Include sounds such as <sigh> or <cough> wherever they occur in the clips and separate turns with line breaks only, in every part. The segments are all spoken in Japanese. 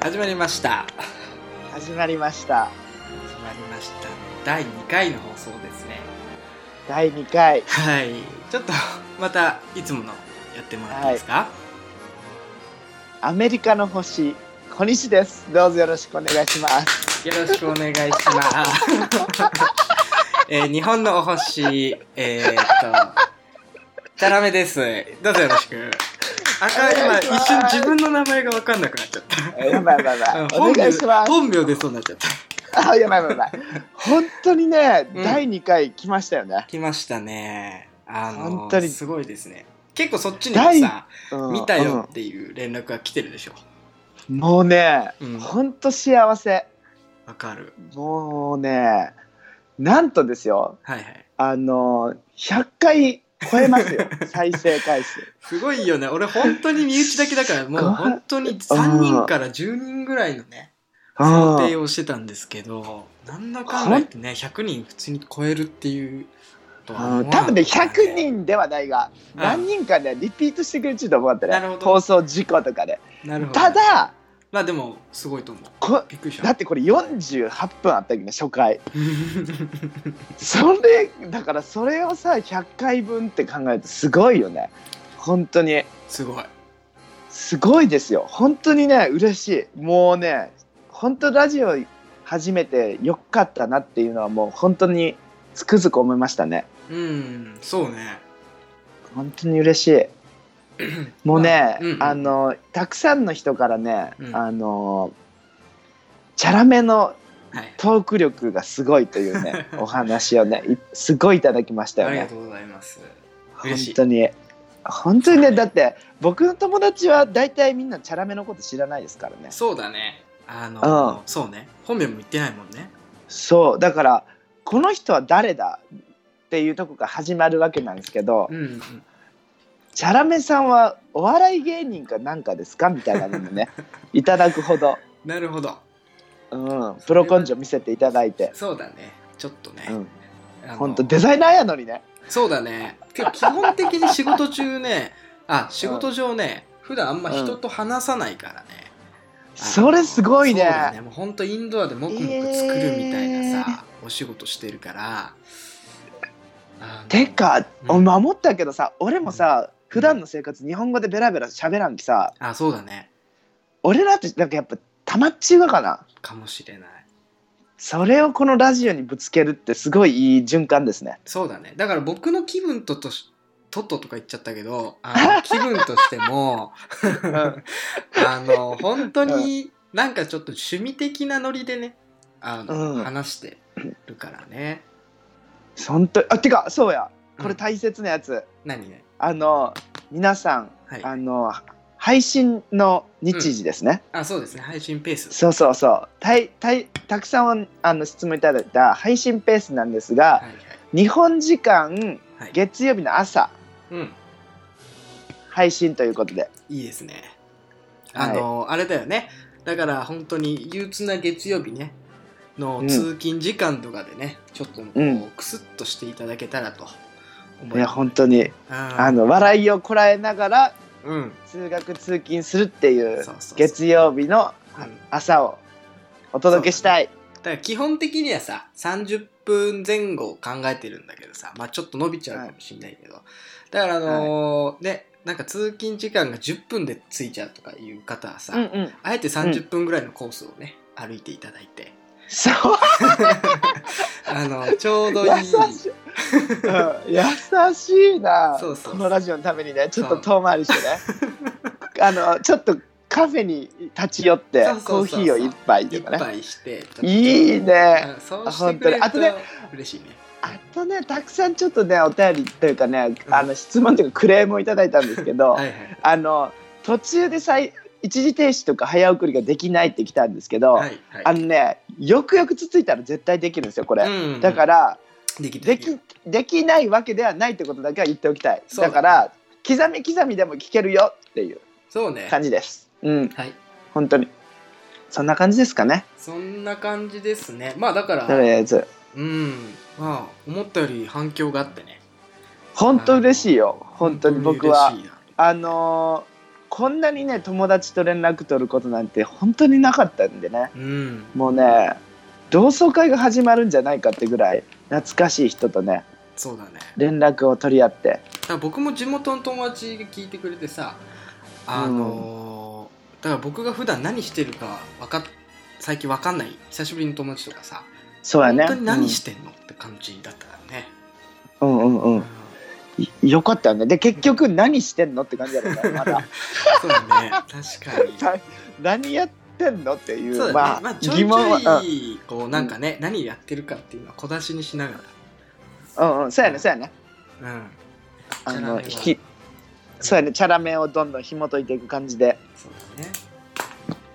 始まりました
始まりました
始まりました第2回の放送ですね
第2回
はいちょっとまたいつものやってもらっていいですか
アメリカの星小西ですどうぞよろしくお願いします
よろしくお願いし
<laughs>
ます。えー日本のお星、えー、っと、チャラメです。どうぞよろしく。あかん、
お
今
願いしま
一
す
瞬自分の名前がわかんなくなっちゃった。
やばいやばいやばいお
本
願
名
いします
本名でそうなっちゃった。
あやばいやばいやばい本当にね、
うん
第2回来ましたよね、
来ましたね。あの、
本当に
すごいですね。結構そっちにもさ、
うん
見たよっていう連絡が来てるでしょ。
うんもうね、
うん
ほんと幸せ
わかる。
もうねなんとですよ
はいはい。
あの100回超えま
<laughs>
すよ再生回数
すごいよね。俺本当に身内だけだから、もう本当に3人から10人ぐらいのね、想定
うん
をしてたんですけど、なんだかんだ言ってね、100人普通に超えるっていうとは思わ
う
なんか
多
った
分
ね
ね100人ではないが、
うん
何人かねリピートしてくれてると思った
なるほ
ね
ど
放送事故とかで
なるほど。
た、だ
まあでも、すごいと思う。
こ
びっくりした。
<laughs> だってこれ48分あったけどね初回それだからそれをさ100回分って考えるとすごいよね本当に
すごい。
すごいですよ本当にね嬉しいもうね本当ラジオ始めてよかったなっていうのはもう本当につくづく思いましたね
うん、そうね。
本当に嬉し
<clears throat>
いもうね、
うんうん
あのたくさんの人からね、
うん
あのチャラめの
はい。
トーク力がすごいとい
<laughs>
うねお話をねいすごいいただきましたよ
ありが
ね
とうございます。
本
嬉しい
当に本当に
は
ね
い
だって僕の友達は大体みんなチャラめのこと知らないですからね
そうだね。あの、
うん
そうね。本名も言ってないもんね。
そうだからこの人は誰だっていうとこが始まるわけなんですけど
うん、うん。
チャラめさんはお笑い芸人かなんかですかみたいなのも
<laughs>
ねいただくほど
なるほど。
うん、プロ根性見せていただいて、
そうだね。ちょっとね。
うん、
あの
本当デザイナーやのにね、
そうだね。けど基本的に仕事中ね、あ、仕事上ね、普段あんま人と話さないからね。あの
それすごいね
そうだね。もう本当インドアでもくもく作るみたいなさ、お仕事してるから。あの
て。か、
うん
お前思ったけどさ俺もさ、普段の生活日本語でベラベラ喋らんきさ
あ、そうだね。
俺らってなんかやっぱたまっちゅうがかな
かもしれない。
それをこのラジオにぶつけるってすごいいい循環ですね
そうだね。だから僕の気分ととし、とっととか言っちゃったけど、
<laughs>
あの気分としても、 <laughs> あの、本当になんかちょっと趣味的なノリでね、あの、
うん
話してるからね。
ほんとあてかそうやこ
う
れ
ん
大切なやつ、
何ね。
あの皆さん
はい。
あの配信の日時ですね、
あ、そうですね。配信ペース。
そうそうそうたいたいたくさんあの質問いただいた配信ペースなんですが、
はいはい。
日本時間
はい。
月曜日の朝
うん。
配信ということで
いいですね。
は
あ
い
の、あれだよね。だから本当に憂鬱な月曜日ね。の
うん
通勤時間とかでね、ちょっとこ
うん
うクスッとしていただけたらと思
いや本当にあ
あ
の笑いをこらえながら
うん、
通学通勤するっていう
そうそうそう
月曜日の
うん
朝をお届けしたい
だから基本的にはさ30分前後を考えてるんだけどさ、まあ、ちょっと伸びちゃうかもしんないけど、だからあのーねなんか通勤時間が10分で着いちゃうとかいう方はさ、
うんうん
あえて30分ぐらいのコースをね歩いていただいて
そう
あの
<laughs>
ちょうどいい
優しい、うん、優しいな
そうそう
このラジオのためにねちょっ
そ
と
う
遠回りして
<laughs>
ねあのちょっとカフェに立ち寄って
そう
コ
そう
ー
そうそう
ヒーを一杯と
一
かね
杯して
いいね
うんそうしてくれる
あ
と
本当にあ
嬉しいね
あとねたくさんちょっとねお便りというかね、
うん
あの質問というかクレームをいただいたんですけど、
はいはい
あの途中でさい一時停止とか早送りができないって来たんですけど、
はいはい
あのねよくよくつついたら絶対できるんですよこれ、
うん
だから
できて
で
る
きできないわけではないってことだけは言っておきたい
そうだ
だから刻み刻みでも聞けるよっていう
そうね
感じですうん
はい
本当にそんな感じですかね
そんな感じですねまあだか
と
ら
りあえず
うんまあ思ったより反響があってね
本当嬉しいよ本当に僕は
嬉しいな
あのーこんなにね友達と連絡取ることなんて本当になかったんでね
うん
もうね同窓会が始まるんじゃないかってぐらい懐かしい人とね
そうだね
連絡を取り合って
だから僕も地元の友達が聞いてくれてさあのーだから僕が普段何してるかわかっ最近わかんない久しぶりの友達とかさ、
そうやね
本当に何してんの、って感じだったからね、
うん、うんうんう
うん
んいよかったよねで結局何してんのって感じだろう
<laughs>
ねまだ
そうだね確か
<laughs>
に
だ何やってんのっていう
そうだね
ま
ま
あ、
あ、ちょいち
疑問は、
ょいこうなんかね、何やってるかっていうのは小出しにしなが
うん、うんうんそうやねそうやね
らうん
あ
チャラ
の
メを
引きそうやねチャラメをどんどん紐解いていく感じで
そうだね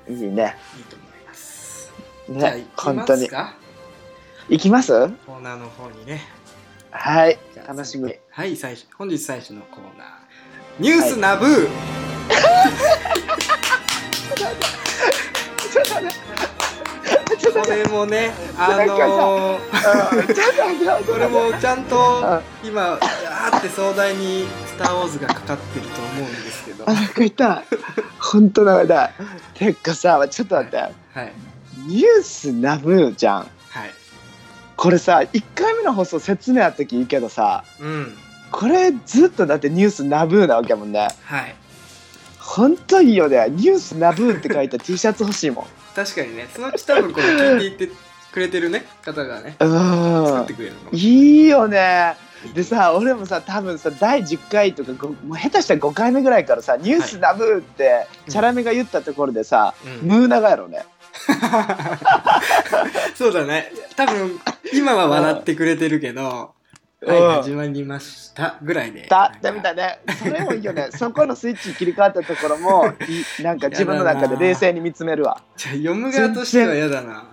いいね
いいと思いますじゃあ
ね
行き
本
ま
当
す
に
か
いきます
コーナーの方にね
はい
じゃあ
楽しみ
はい最初本日最初のコーナーニュースナブー、こ
ちょっと待ってちょっと待って
れもね、あのー、
うんちょっと待ってちょっと待って
これもちゃんと
う
今、あーって壮大に「スター・ウォーズ」がかかってると思うんですけど、は
あなんか痛い本当なんか痛いてかさちょっと待って
い、
ニュースナブーじゃん
はい、
これさ1回目の放送説明あった時いいけどさ
うん、
これずっとだってニュースナブーなわけやもんね
はい、
本当いいよねニュースナブーって書いた T シャツ欲しいもん
確かにね、そのうち多分これ聞いていってくれてるね、方がね、
う
作っ
ん
てくれるの。
いいよねでさ俺もさ多分さ第10回とかごもう下手したら5回目ぐらいからさ「ニュースナブー」ってチャラメが言ったところでさ、
うん、
ムーナガやろね
そうだね、多分今は笑ってくれてるけど、
う
は
ん
い、始まりましたぐらいで。
だだみた
い
いねそれもいいよねそこのスイッチ切り替わったとこ
<laughs>
ろもいなんか自分の中で冷静に見つめるわ、
読む側としては嫌だな。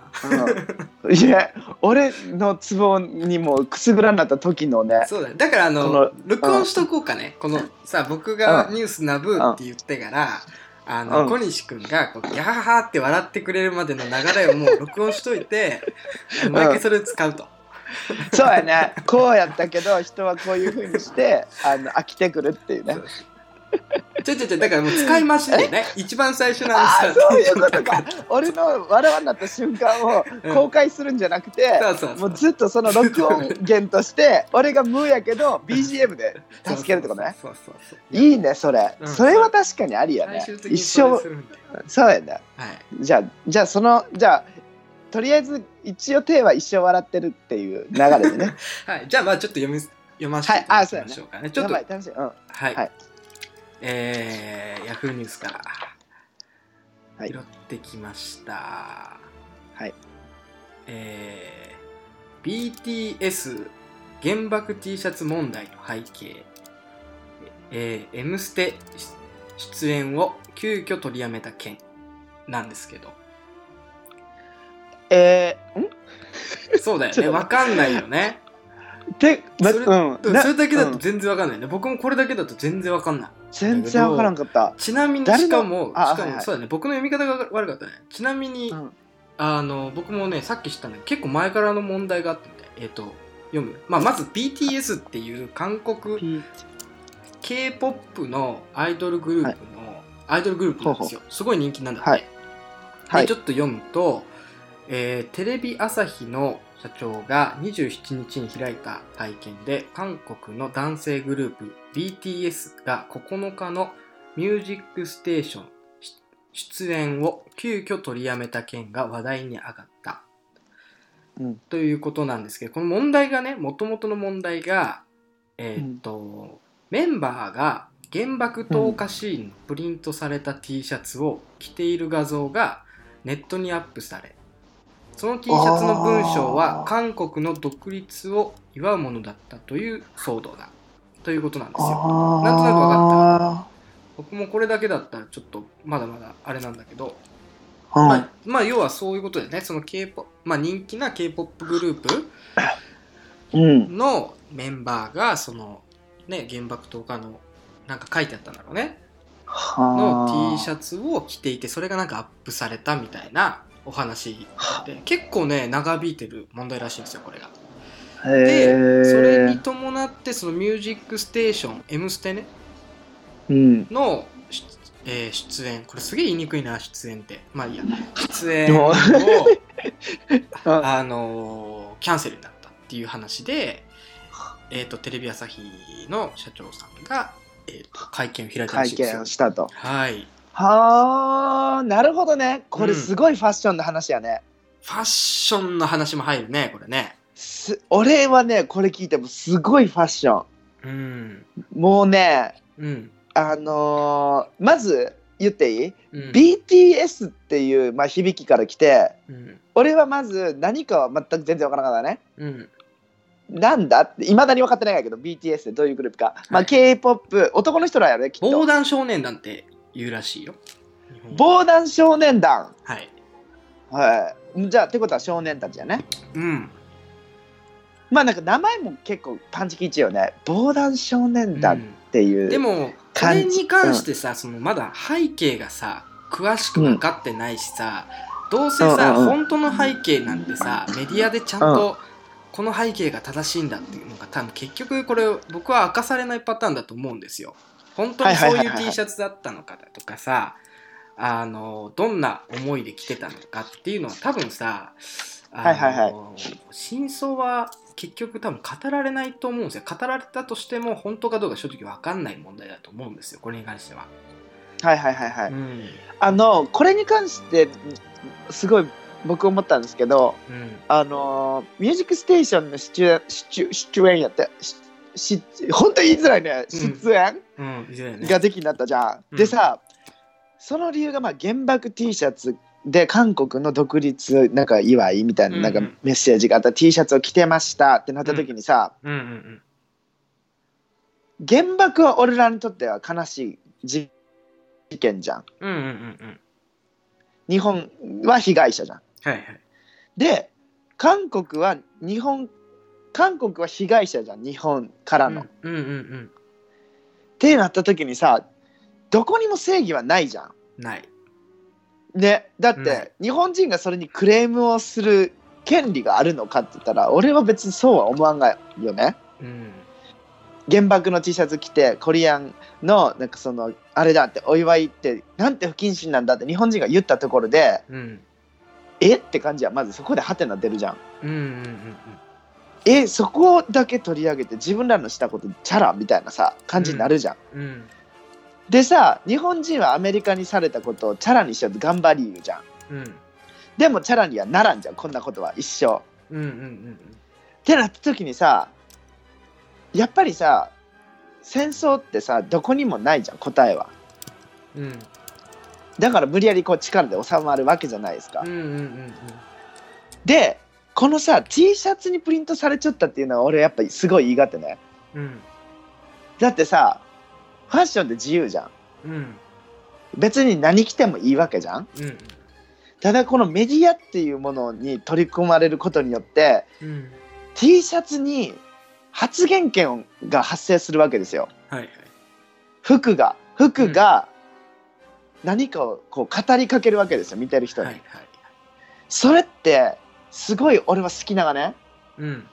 うん、いや俺のツボにもくすぐらになった時のね
そうだね、だからあの
この
録音しとこうかね、このさ僕が「
う
ニュースナブー」って言ってから、あの
うん
小西君がこうギャハハって笑ってくれるまでの流れをもう録音しといて毎回それを使うと、
そうやねこうやったけど人はこういうふうにしてあの飽きてくるっていうね
そうちょちょちょだからもう使い回しだよ
<laughs>
ね一番最初のあ
あ
の
あ
さ
そういうことか俺の笑わになった瞬間を公開するんじゃなく
<laughs>
て、
そうそうそ
も
う
うずっとその録音源として俺が無やけど BGM
<laughs>
で
そう
助けるってことね
そうそうそうそう
いいねそれ、
うん
それは確かにありや
最
ね
終的に
一
それ
生
するんだよ
そうやね
はい
じゃあじゃあそのじゃあとりあえず一応手は一生笑ってるっていう流れでね
はい、じゃあまあちょっと読み読ませていただきましょうかね,、 <laughs> ちょ
や
っと
ばい楽しい、うん、
はい。
はい
えー、ヤフーニュースから、
はい
拾ってきました。
はい。
えー、BTS 原爆 T シャツ問題の背景、えー、M ステ出演を急遽取りやめた件なんですけど、
えー、ん
そうだよ
<laughs> ちょっ
ね、
と
わかんないよね。
てな
それ
う
で
ん
も
な
それだけだ
う
と
ん
全然わかんないね。僕もこれだけだと全然わかんない。
全然わからんかった、
ちなみに、
誰の
しかも、し
あ
か
はいは
も、
い
そうだね、僕の読み方が悪かったね。ちなみに、
うん
あの、僕もね、さっき知ったんだけど、結構前からの問題があったんで、えっ、と、読む。まあ、まず BTS っていう韓国 K-POP のアイドルグループの、アイドルグループなんですよ。すごい人気なんだって。
はいはい
でちょっと読むと、えーテレビ朝日の社長が27日に開いた会見で韓国の男性グループ BTS が9日の「ミュージックステーション」出演を急遽取りやめた件が話題に上がった、
うん
ということなんですけどこの問題がねもともとの問題がえーっと、メンバーが原爆投下シーンのプリントされた T シャツを着ている画像がネットにアップされその T シャツの文章は
あー
韓国の独立を祝うものだったという騒動だということなんですよ。
あ
なんとなくわ
かっ
僕もこれだけだったらちょっとまだまだあれなんだけど、ま
はい
あ、まあ要はそういうことだよねその K-POP、まあ、人気な k p o p グループ
うん
のメンバーがその、ね、原爆投下のなんか書いてあったんだろうねの T シ
ャツ
ャツを着ていてそれがなんかアップされたみたいなお話で結構ね長引いてる問題らしいんですよこれが。でそれに伴ってその「ミュージックステーション M ステね」
うん
の出,、えー出演これすげえ言いにくいな出演ってまあいいや出演
も
を <laughs>
あ
あのーキャンセルになったっていう話で、えー、とテレビ朝日の社長さんが、えーと会見を開いたらし
会
いですよ
見を。したと
はい
はあなるほどねこ
う
れ
ん
すごいファッションの話やね、
ファッションの話も入るねこれね。
す俺はねこれ聞いてもすごいファッショ
うん
ンもうね
うん
あのーまず言っていい、
うん、
BTS っていう、まあ、響きから来て
うん
俺はまず何かは全く全然わからなかったね
うん
なんだっていまだに分かってないんやけど BTS ってどういうグループか、ま
は
あ、
い
k p o p 男の人らやねきっ
防
と
弾少年団って言うらしいよ。日本
防弾少年団
はい。
はいじゃあってことは少年たちやね
うん。
まあなんか名前も結構パンチ基地よね防弾少年団っていう、
でもこ
感
れ
じ
に関してさ、そのまだ背景がさ詳しく分かってないしさ、どうせさ、
うんうんうん
本当の背景なんてさメディアでちゃんと、この背景が正しいんだっていうのが多分結局これ僕は明かされないパターンだと思うんですよ。本当にそう
はいはい
い
は
う
いはい
T シャツだったのかだとかさあのどんな思いで着てたのかっていうのは多分さあの
はいはいはい
真相は結局多分語られないと思うんですよ語られたとしても本当かどうか正直分かんない問題だと思うんですよこれに関しては。
はいはいはいはい、
うん
あのこれに関してすごい僕思ったんですけど
うん
あのーミュージックステーションの出演出演出演やってしし本当に言いづらいね
うん
出演
うん、いずれね
ができになったじゃん、
うん
でさその理由がまあ原爆 T シャツで韓国の独立なんか祝いみたいななんか
うんうん
メッセージがあった T シャツを着てましたってなった時にさ、
うんうんうん
原爆は俺らにとっては悲しい事件じゃん
うんうんうんうん
日本は被害者じゃん
はいはい
で韓国は日本韓国は被害者じゃん日本からの。っ
うんうんうん
てなった時にさどこにも正義はないじゃん。
うんない
ねだって、
ない
日本人がそれにクレームをする権利があるのかって言ったら俺は別にそうは思わないよね。
うん
原爆の T シャツ着てコリアンのなんかそのあれだってお祝いってなんて不謹慎なんだって日本人が言ったところで
うん
えって感じはまずそこでハテナ出るじゃん。
うんうんうん
えそこだけ取り上げて自分らのしたことチャラみたいなさ感じになるじゃん、
うんうん
でさ日本人はアメリカにされたことをチャラにしようと頑張り言うじゃん
うん
でもチャラにはならんじゃんこんなことは一生
うんうんうん
ってなった時にさやっぱりさ戦争ってさどこにもないじゃん答えは
うんうん
だから無理やりこう力で収まるわけじゃないですか、
うんうんうん
でこのさ T シャツにプリントされちゃったっていうのは俺やっぱりすごい言いがってね
うん
だってさファッションって自由じゃん
うんうん
別に何着てもいいわけじゃん
うん
ただこのメディアっていうものに取り込まれることによって
うん、
T シャツに発言権が発生するわけですよ
はいはい
服が服が何かをこう語りかけるわけですよ見てる人
はい
に、
はい
それってすごい俺は好きながね
うん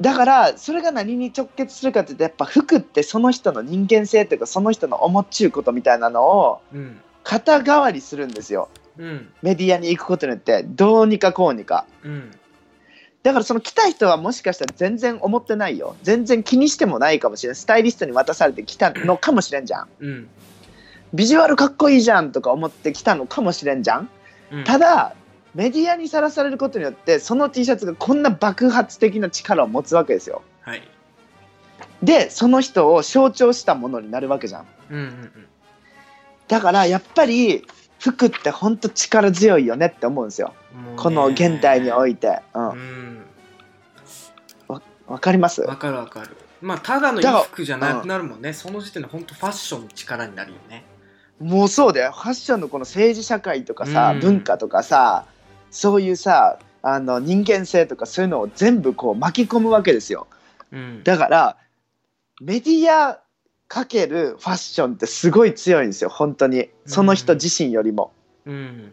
だからそれが何に直結するかって言ってやっぱ服ってその人の人間性というかその人の思っちゅうことみたいなのを
うん
肩代わりするんですよ
うん
メディアに行くことによってどうにかこうにか
うん
だからその来た人はもしかしたら全然思ってないよ全然気にしてもないかもしれんスタイリストに渡されてきたのかもしれんじゃん
うん
ビジュアルかっこいいじゃんとか思ってきたのかもしれんじゃん
うん
ただメディアにさらされることによってその T シャツがこんな爆発的な力を持つわけですよ
はい
でその人を象徴したものになるわけじゃん
うんうん
だからやっぱり服ってほんと力強いよねって思うんですよ
うんもうね
この現代においてうん
うん
わかります
わかるわかるまあただの衣服じゃなくなるもんね、その時点で本当ファッションの力になるよね
もうそうだよファッションのこの政治社会とかさ、
うん
文化とかさそういうさあの人間性とかそういうのを全部こう巻き込むわけですよ
うん
だからメディアかけるファッションってすごい強いんですよ本当にその人自身よりも、
うん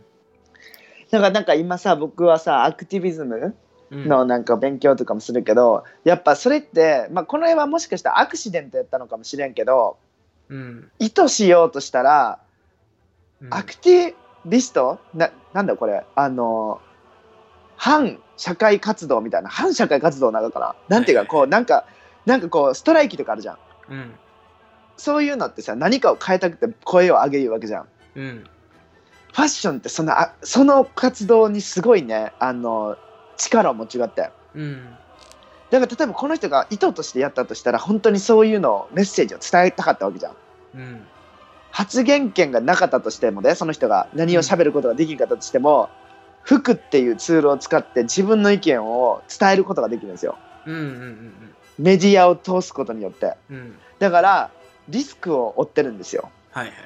だからなんか今さ僕はさアクティビズム
うん
のなんか勉強とかもするけど、やっぱそれって、まあ、この辺はもしかしたらアクシデントやったのかもしれんけど
うん
意図しようとしたら
うん
アクティビストななんだこれあの反社会活動みたいな反社会活動なのかななんていうかこうなんかなんかこうストライキとかあるじゃん
うん
そういうのってさ何かを変えたくて声を上げるわけじゃん
うん
ファッションってそのあその活動にすごいねあの力を持ちがって
うん
だから例えばこの人が意図としてやったとしたら本当にそういうのをメッセージを伝えたかったわけじゃん
うん
発言権がなかったとしてもねその人が何を喋ることができなかったとしても、服っていうツールを使って自分の意見を伝えることができるんですよ
うんうん
メディアを通すことによって
うんうん
だからリスクを負ってるんですよ
はいはい
っ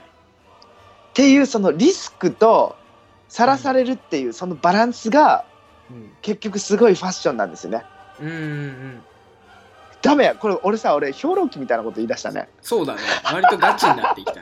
ていうそのリスクとさらされるっていうそのバランスが
うん
結局すごいファッションなんですよね
うんうんうん
ダメやこれ俺さ俺兵糧記みたいなこと言い出したね
そうだね割とガチになってきたね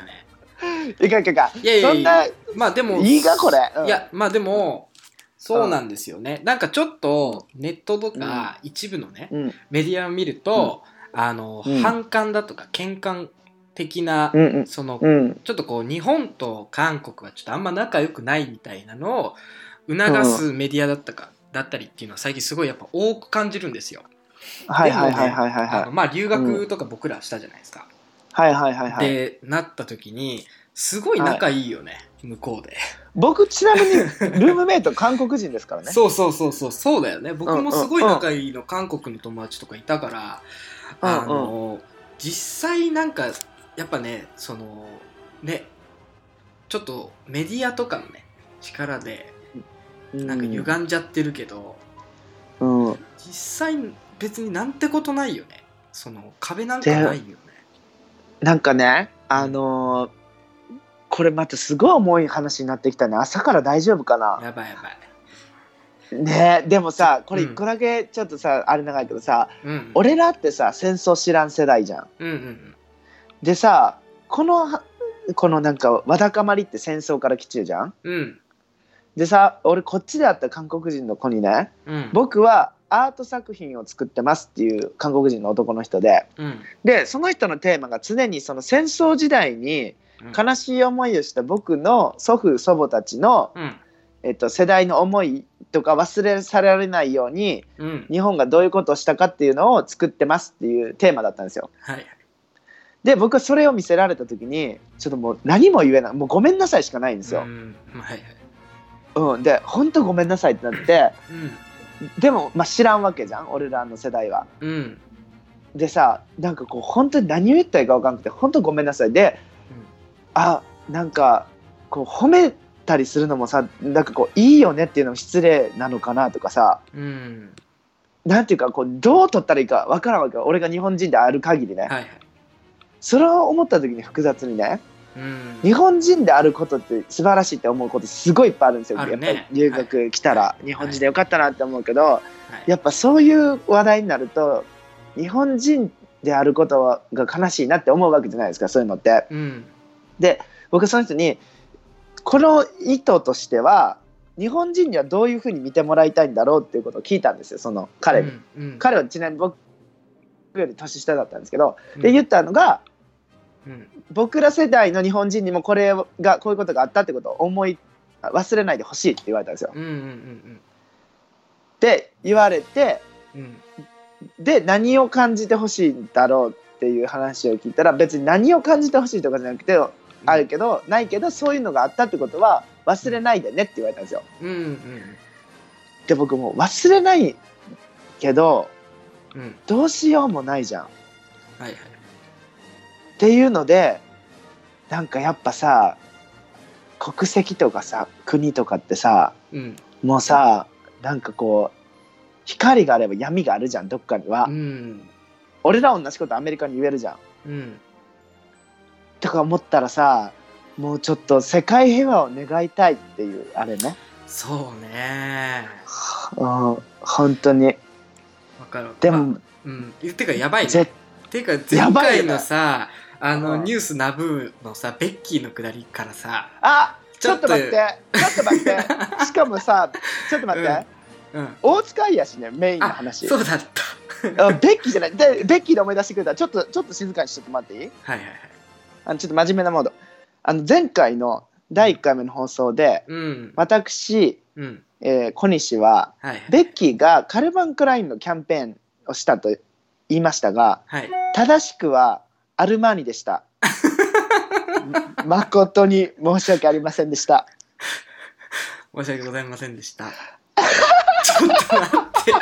いかんいかんいかん
いやいや
そん
いや
な
まあでも
いいかこれ、うん
いやまあでもそうなんですよね、なんかちょっとネットとか一部のね、
うん
メディアを見ると、あの、
うん
反感だとか喧嘩的な、
うんうん
その、
うん
ちょっとこう日本と韓国はちょっとあんま仲良くないみたいなのを促すメディアだったか、だったりっていうのは最近すごいやっぱ多く感じるんですよ。
はいはいはいはいはいはい
あのまあ留学とか僕らしたじゃないですか。
はいはいはいはい
でなった時にすごい仲いいよね、向こうで。
僕
<laughs>
ちなみにルームメイト韓国人ですからね
そうそうそうそうそうだよね僕もすごい仲いいの韓国の友達とかいたから、
うんうん
あの実際なんかやっぱねそのねちょっとメディアとかのね力でなんか歪んじゃってるけど、
うん、うん
実際別になんてことないよねその壁なんかないよね
なんかねあのーこれまたすごい重い話になってきたね朝から大丈夫かな
やばいやばい、
ねでもさこれ
うん
一個だけちょっとさ、あれ長いけどさ
うん、
俺らってさ戦争知らん世代じゃん
うんうん
でさこのこのなんかわだかまりって戦争から来ちゅうじゃん
うん
でさ俺こっちで会った韓国人の子にね
うん
僕はアート作品を作ってますっていう韓国人の男の人で
うん
でその人のテーマが常にその戦争時代に
うん
悲しい思いをした僕の祖父祖母たちの、
うん
えっと、世代の思いとか忘れ去られないように
うん
日本がどういうことをしたかっていうのを作ってますっていうテーマだったんですよ。
はい
で僕はそれを見せられた時にちょっともう何も言えないもうごめんなさいしかないんです
う
よ。
んはいはい
うんで本当ごめんなさいってなって
うん
でも、まあ、知らんわけじゃん俺らの世代は。
うん
でさなんかこう本当に何を言ったらいいか分かんなくて本当ごめんなさいで、
うん
あなんかこう褒めたりするのもさなんかこういいよねっていうのも失礼なのかなとかさ
うん
なんていうかこうどう取ったらいいか分からんわけよ俺が日本人である限りね、
はいはい
それを思った時に複雑にね
うん
日本人であることって素晴らしいって思うことすごいいっぱいあるんですよ、
あ
や
る
っ
ね
ぱり留学来たら、日本人でよかったなって思うけど、
はい
やっぱそういう話題になると日本人であることが悲しいなって思うわけじゃないですかそういうのって。
うん
で僕はその人にこの意図としては日本人にはどういうふうに見てもらいたいんだろうっていうことを聞いたんですよその彼
う
に。
んうん
彼はちなみに僕より年下だったんですけど、
うん
で言ったのが
うん
僕ら世代の日本人にもこれがこういうことがあったってことを思い忘れないでほしいって言われたんですよ。
うんうん
で言われて
うんうん
で何を感じてほしいんだろうっていう話を聞いたら別に何を感じてほしいとかじゃなくて、あるけどないけどそういうのがあったってことは忘れないでねって言われたんですよ。
うんうん
で僕もう忘れないけど
うんうん
どうしようもないじゃんっ
はいはい
ていうのでなんかやっぱさ国籍とかさ国とかってさ
うん
もうさなんかこう光があれば闇があるじゃんどっかには。
うん
俺ら同じことアメリカに言えるじゃん
うん
とか思ったらさもうちょっと世界平和を願いたいっていうあれね、
そうね
うん、本当に
わかる
で
ま
も
あうんてかやばいね
ぜ
てか
や
前
ばいよ
回
ね
のさあの
うん
ニュースナブーのさベッキーのくだりからさ
あち
ちょ
ょっ
っと
と待ってちょっと待
<laughs>
ってしかもさちょっと待って、
うんうん
大塚愛やしねメインの
あ
話
そうだった
あベッキーじゃないでベッキーで思い出してくれたちょっとちょっと静かにしてもらっていい
はいはいはい
あのちょっと真面目なモードあの前回の第1回目の放送で
うん
私、
うん
えー小西は
はいはい
ベッキーがカルバン・クラインのキャンペーンをしたと言いましたが
はい
正しくはアルマーニでした。誠に申し訳ありませんでした。
申し訳ございませんでした。ちょっと待って。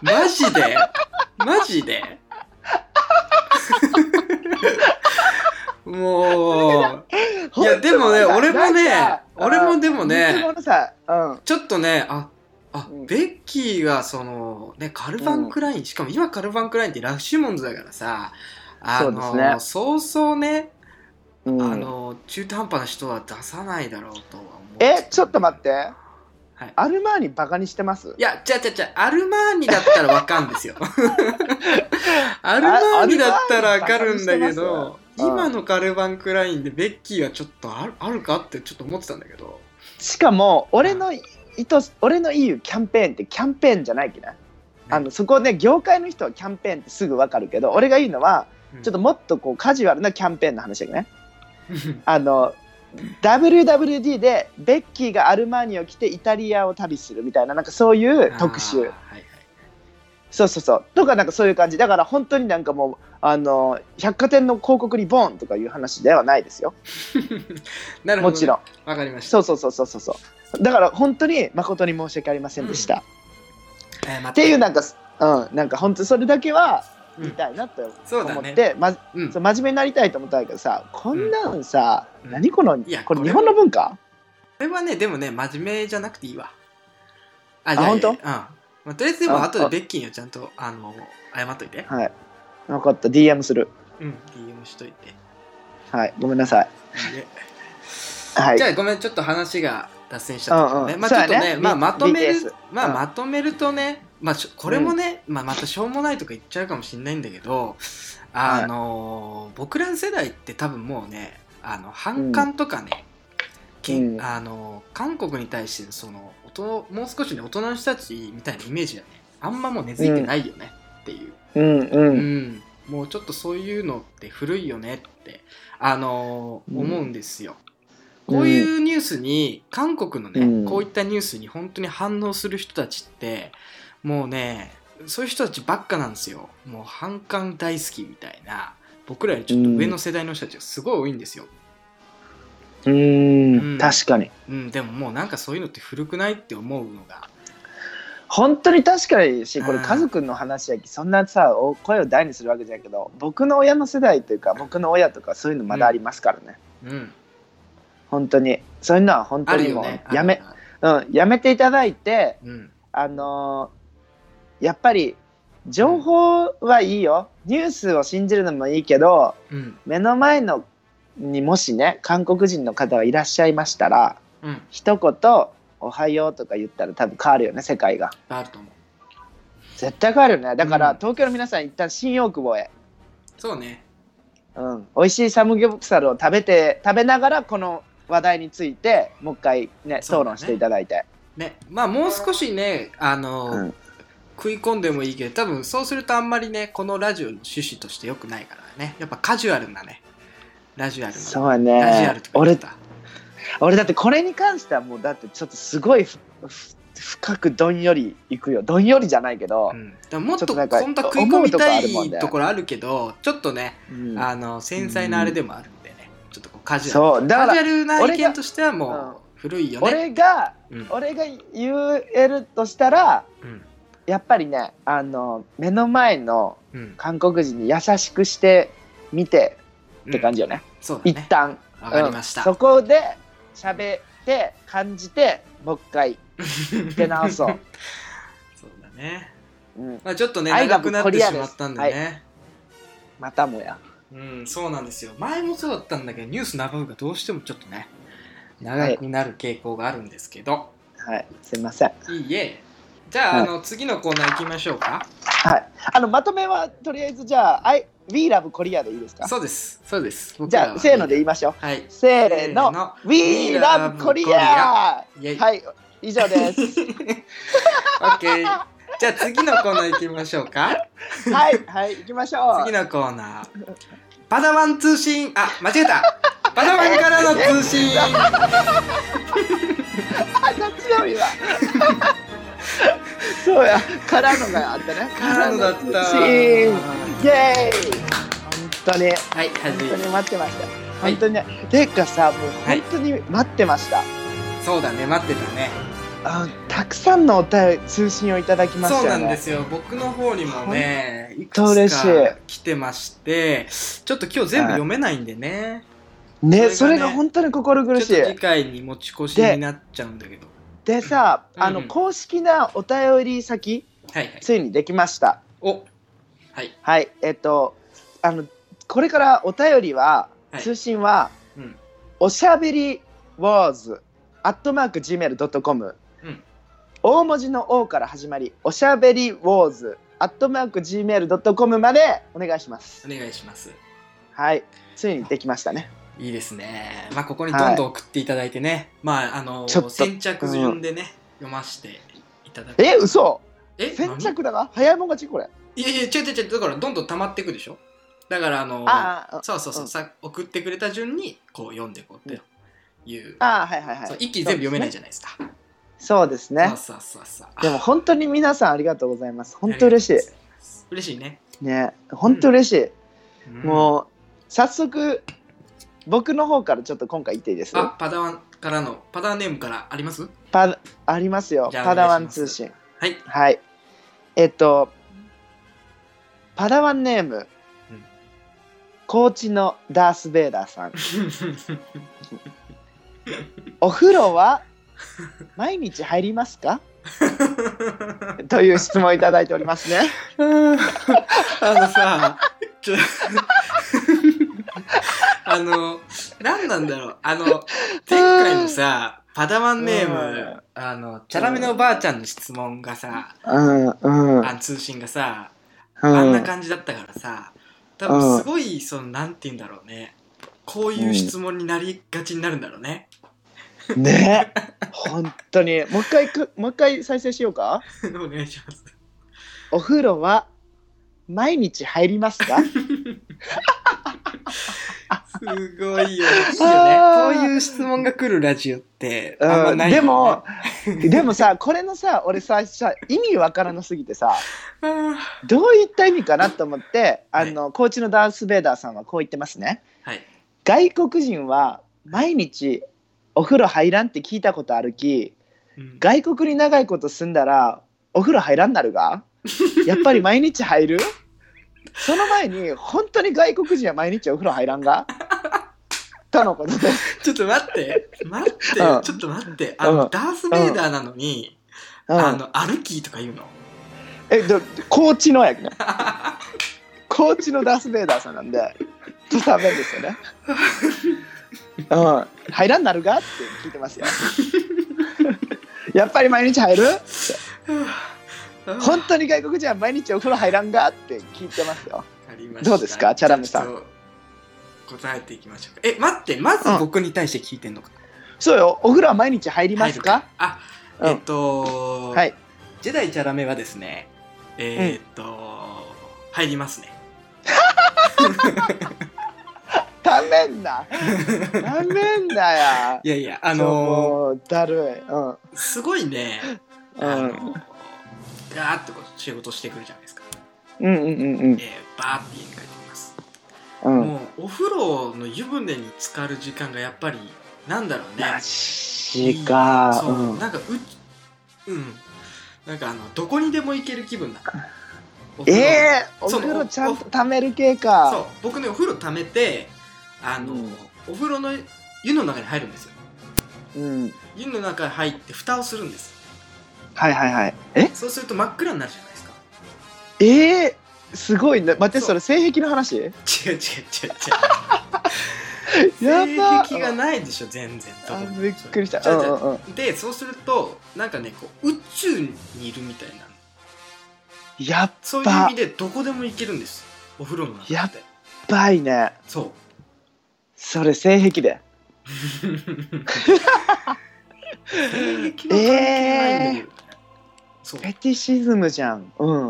マジでマジでもう、いや、でもね、
本当
俺
に
も
さ
ね
なんか、
俺もでも
うん
ね
本、当にさ、うん、
ちょっとね、あ、あ
うん、
ベッキーがその、ね、カルバンクライン、しかも今カルバンクラインってラッシュモンズだからさ、あの、そう
そですね
うそうね、
うん
あの、中途半端な人は出さないだろうとは思う。
え、ちょっと待って、
はい
アルマーニバカにしてます
いや、ちゃうちゃうちゃう、アルマーニだったらわかん
<laughs>
ですよ。アルマーニだったらわかるんだけど、
アルマーニバカにしてますようん
今のカルバンクラインでベッキーはちょっとあるあるかってちょっと思ってたんだけど、
しかも、俺の意図、俺の言うキャンペーンってキャンペーンじゃないっけね。あのそこね業界の人はキャンペーンってすぐ分かるけど俺が言うのは
うん <laughs>
ちょっともっとこうカジュアルなキャンペーンの話だけどねあの WWD でベッキーがアルマーニを着てイタリアを旅するみたいななんかそういう特
あー
集
はいはい
そうそうそうとかなんかそういう感じだから本当になんかもうあの百貨店の広告にボンとかいう話ではないですよ
<laughs> なるほど、
もちろん。
ん。わかりました。
そうそうそうそうそうそうだから本当に誠に申し訳ありませんでした、
えーまた
っていうなんかうんなんか本当それだけは言いたいなと
そう
思
だ
っ
ね。
て、ま
うん
そう真面目になりたいと思ったんだけどさこんなんさ、
うん
何この
いや
これ
これ
日本の文化
これはね、でもね、真面目じゃなくていいわ。あ、じゃあ、
あ本当
うん。まあ、とりあえずでも
あ
後で
あ
ベッキーにはちゃんと、あの、謝っといて。
はい分かった DM する
うん、DM しといて。
はいごめんなさい
いえ
はい
じゃあごめんちょっと話が脱線しちゃったけどね、
うんうん
まあちょっと
そう
ね
やね
まあ、
B-
まとめる、
BTS
まあ
うん
まとめるとね、まあ、しょこれもね、まあ、またしょうもないとか言っちゃうかもしれないんだけどあのー僕らの世代って多分もうねあの反感とかね、けん
うん
あのー韓国に対してそのおともう少しね大人の人たちみたいなイメージがねあんまもう根付いてないよねっていう。
うんう
うんん、もうちょっとそういうのって古いよねって、あのー
うん
思うんですよ。
うん
こういうニュースに韓国のね、
うん
こういったニュースに本当に反応する人たちってもうねそういう人たちばっかなんですよもう反感大好きみたいな僕らよりちょっと上の世代の人たちがすごい多いんですよ、
うー
うん
ん確かに
うん、でももうなんかそういうのって古くないって思うのが
本当に確かにしこれ
うん
家族の話やきそんなさお声を大にするわけじゃないけど僕の親の世代というか僕の親とかそういうのまだありますからね、
うん
本当にそういうのは本
あ
当
る
に
よ
も
ね
うやめ、
ある
うん、やめていただいて
あるうん
あのーやっぱり情報はいいよニュースを信じるのもいいけど
うん
目の前のにもしね韓国人の方がいらっしゃいましたら
うん
一言「おはよう」とか言ったら多分変わるよね世界が
あると思う
絶対変わるよねだから、
うん
東京の皆さん一旦新大久保へ、
そうね
うん、美味しいサムギョプサルを食べて食べながらこの話題についてもう一回ね
そうだね
討論していただいて
ねまあもう少しねあの、
うん
食い込んでもいいけど多分そうするとあんまりねこのラジオの趣旨として良くないからねやっぱカジュアルなねラジュアル
そ
な
うや
ラジュア
ね
ルとか言っ
俺
た
俺だってこれに関してはもうだってちょっとすごいふふ深くどんよりいくよどんよりじゃないけど
う、ん、だからもっ
ちょ
と
っとなんか
本当は食い込みた
思うとこあるもん
い
ね
ところあるけどちょっとね、
うん
あの繊細なあれでもあるんでねちょっとこうカジュアル
そうだか
カジュア
ら
ルな意
俺が
見としてはもう古いよね
俺が
うん
俺が言えるとしたら
うん
やっぱりねあの目の前の
うん
韓国人に優しくしてみてって感じよね、
そうだ
一
ね
旦
わかりました、
うんそこで喋って感じてもう一回、出直そう
<laughs> そうだね
うん、
まあ、ちょっとね
愛が
長く
ぶっ
なっ
こ
て
りや
し
です
まったんでね、
またもや。
うん、そうなんですよ。前もそうだったんだけど、ニュースナブーがどうしてもちょっとね、長くなる傾向があるんですけど、
はい、すいません。
い、いえ。じゃあ、
はい
あの、次のコーナー行きましょうか。
はい。あの、まとめは、とりあえず、じゃあ、I、We Love Korea でいいですか
そうです。そうです。僕
じ
ら
ゃ
は
あ、せーので言いましょう。
はい。
せーの。We Love Korea!
イェイ。
はい、以上です。
<laughs> オッケー。じゃあ次のコーナー行きましょうか。
はい、はい、行きましょう
次。のコーナー。パダワン通信、あ、間違えた。パダワンからの通信。
あ、どっちだ今。
<laughs>
そうや、からのがあったね。
からのだった。
シーン。
は
イエーイ。本当に、
い、始
本
め
当に待ってました。
い
本当にね、ていうかさ、もう
はい
本当に待ってました。
そうだね、待ってたね。
あ、たくさんのお便り、通信をいただきまし
そうな
たよ
んで
ね。
すよ。僕の方にもね、いく
当
つ
嬉しい
か来てまして、ちょっと今日全部読めないんでね。
ね、
そ
そ
れがね
れが本当に心苦し
ちょっと次
い。
回に持ち越しになっちゃうんだけど。
でさ、あ
う
の
ん
公式なお便り先、
はいはい。
ついにできました。
お、はい。
はい、えっと、あの、これからお便りは、
はい
通信は、
うん
おしゃべりウォーズ、アットマーク Gmail.com、
うん
大文字の O から始まり、おしゃべりウォーズ、アットマーク Gmail.com までお願いします
お。願いします。
はい、ついにできましたね。
いいですね。まあ、ここにどんどん送っていただいてね、まあ、あの、
ちょっと
先着順でね、読ませていただく。
え、嘘
え
先
何
着だが早いもん勝ちこれ。
いやいや、違う違う違う、だからどんどん溜まっていくでしょだから、あの、
ああ、あ
そうそうそう、
うん
さ送ってくれた順に、こう読んでいこうっていう。
ああ、はいはいは
そう
い。
一気に全部読めない
じ
じゃないですか。
ゃん。そうですね
そう。そうそうそう。
でも本当に皆さんありがとうございます。本当嬉し
ありがとうござます。嬉しいね。
い。ね、本当嬉しい。
うん
もう早速僕の方からちょっと今回言っていいです
あ、パダワンからの、パダワンネームからあります
パありますよ
じゃあ
パダワ
お願
ン
いしま
通
す
信
はい。
はいえっとパダワンネーム、 <laughs>
うん
コーチのダース・ベイダー
<laughs>
さんお風呂は毎日入ります
<laughs>
かという質問をいただいておりますね
うんあのさ、ちょ <laughs> あの、何なんだろう。あの、前回のさ、パダワンネー
うん
ム、あの、チャラめのおばあちゃんの質問がさ、
うんうんうん
あ通信がさ、あんな
は
感じだったからさ、多分すごい、その、なんて言うんだろうね。こういう質問になりがちになるんだろうね。 <laughs>
いね本当にもう一回くもう一回再生しようか
お願いします。
お風呂は毎日入りますか
すごいよ。いいよね。こういう質問が来るラジオって、 <laughs> あんまないよね
でも、でもさこれのさ俺ささ意味わからなすぎてさ
うん
どういった意味かなと思ってあの、コーチのダース・ベイダーさんはこう言ってますね
はい。
外国人は毎日お風呂入らんって聞いたことあるき
うん
外国に長いこと住んだらお風呂入らんなる
<laughs>
がやっぱり毎日入るその前に本当に外国人は毎日お風呂入らんがとのことです
ちょっと待って、待って、
うん
ちょっと待って、あの、
うん
ダース・ベイダーなのに、
うん
あの、歩きとか言うの。
えど高知のやけど高知のダース・ベイダーさんなんでちょっとダメですよねうん入らんなるがって聞い
<laughs>
てますよやっぱり毎日入る
わ
本当に外国人は毎日お風呂入らんがって聞いてますよ
かりました
どうですかチャラムさん
ちょっと答えていきましょうか。え、待って、まず僕に対して聞いてんのか。
そうよお風呂は毎日入りますか
あ、
うん
えっと、
はい
ジェダイチャラメはですね、えーっと、入りますね。
ためんなためんなや
いやいや、あ
あ
の
だるいうん
ー、すごいね、
う
あの
ん
ー、ガーッとこう仕事してくるじゃないですか。
うんうんうん
えー、バーって家に帰ってきます。
うんうん
もうお風呂の湯船に浸かる時間がやっぱりなんだろうね
マジか
そう、
うん
なんかううんなんかあのどこにでも行ける気分だお風呂
えー、お
そう
風呂ちゃんと貯める系か。
そう僕ねお風呂溜めてあの、
うん
お風呂の湯の中に入るんですよ
うん。
湯の中に入って蓋をするんです
はいはいはい。え
そうすると真っ暗になるじゃないですか
えすごいね待ってそれ性癖の話
違う違う違う違う
<laughs> やば
性癖がないでしょ全然
あびっくりした
じゃあじゃあ
うんうんうん
でそうするとなんかねこう宇宙にいるみたいな
やっ
そういう意味でどこでも行けるんですお風呂の中
やっ
で
ばいね <laughs>
そう
それ性癖で
性癖は関係ないんだけどね、そう
フェティシズムじゃんうん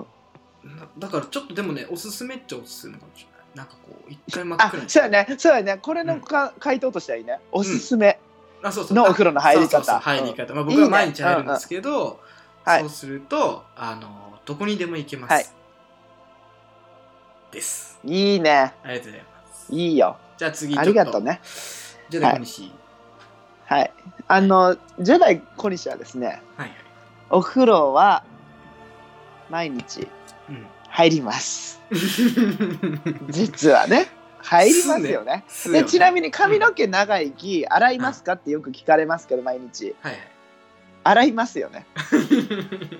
なだからちょっとでもねおすすめっちゃおすすめかもしれないなんかこう一回真っ
あ
暗に
そうやねそうやねこれのか、回答としてはいいねおすすめ、
あそうそう
のお風呂の入り方
そうそうそう入り方、まあ、僕
いい
は
ね
毎日入るんですけど
はい
そうするとあのどこにでも行けます、
はい
です
いいね
ありがとうございます
いいよ
じゃあ次ちょ
あ
っ
りがとうね
じゃあ小西
はいあの10代小西はですね
はいはい、
お風呂は毎日
うん、
入り
<laughs>
ます実はね入りますよね
す <laughs> よね
でちなみに髪の毛長いき洗いますかってよく聞かれますけど毎日
はいはい
洗いますよ
<laughs>
ね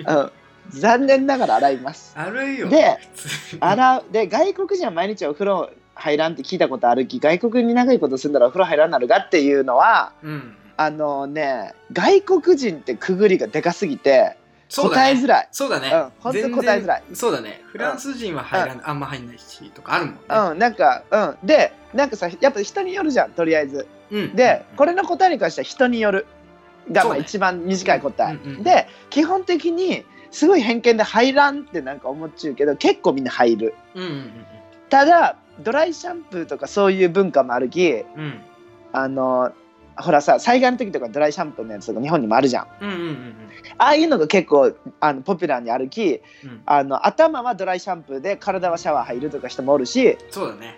うん残念ながら洗います
あるいよ
で
普通
洗うで外国人は毎日お風呂入らんって聞いたことあるき外国に長いこと住んだらお風呂入らんなるがっていうのは
うん
あのね外国人ってくぐりがでかすぎて
そうだ
答え
ね
づらい
そうだね、
うんほんと
全然
答えづらい
そうだねフランス人は入らん、あんま入んないしとかあるもんね、
うんなんかうんでなんかさやっぱ人によるじゃんとりあえず
うん
でこれの答えに関しては人によるが
そう
ま
ね
あ一番短い答え、
うんうんうん
で基本的にすごい偏見で入らんってなんか思っちゅうけど結構みんな入る
うんうん
ただドライシャンプーとかそういう文化もあるき
うんうん
あのほらさ災害の時とかドライシャンプーのやつとか日本にもあるじゃんあ
うんうんうん
あいうのが結構あのポピュラーにあるき
うんうん
あの頭はドライシャンプーで体はシャワー入るとか人もおるし、
そうだね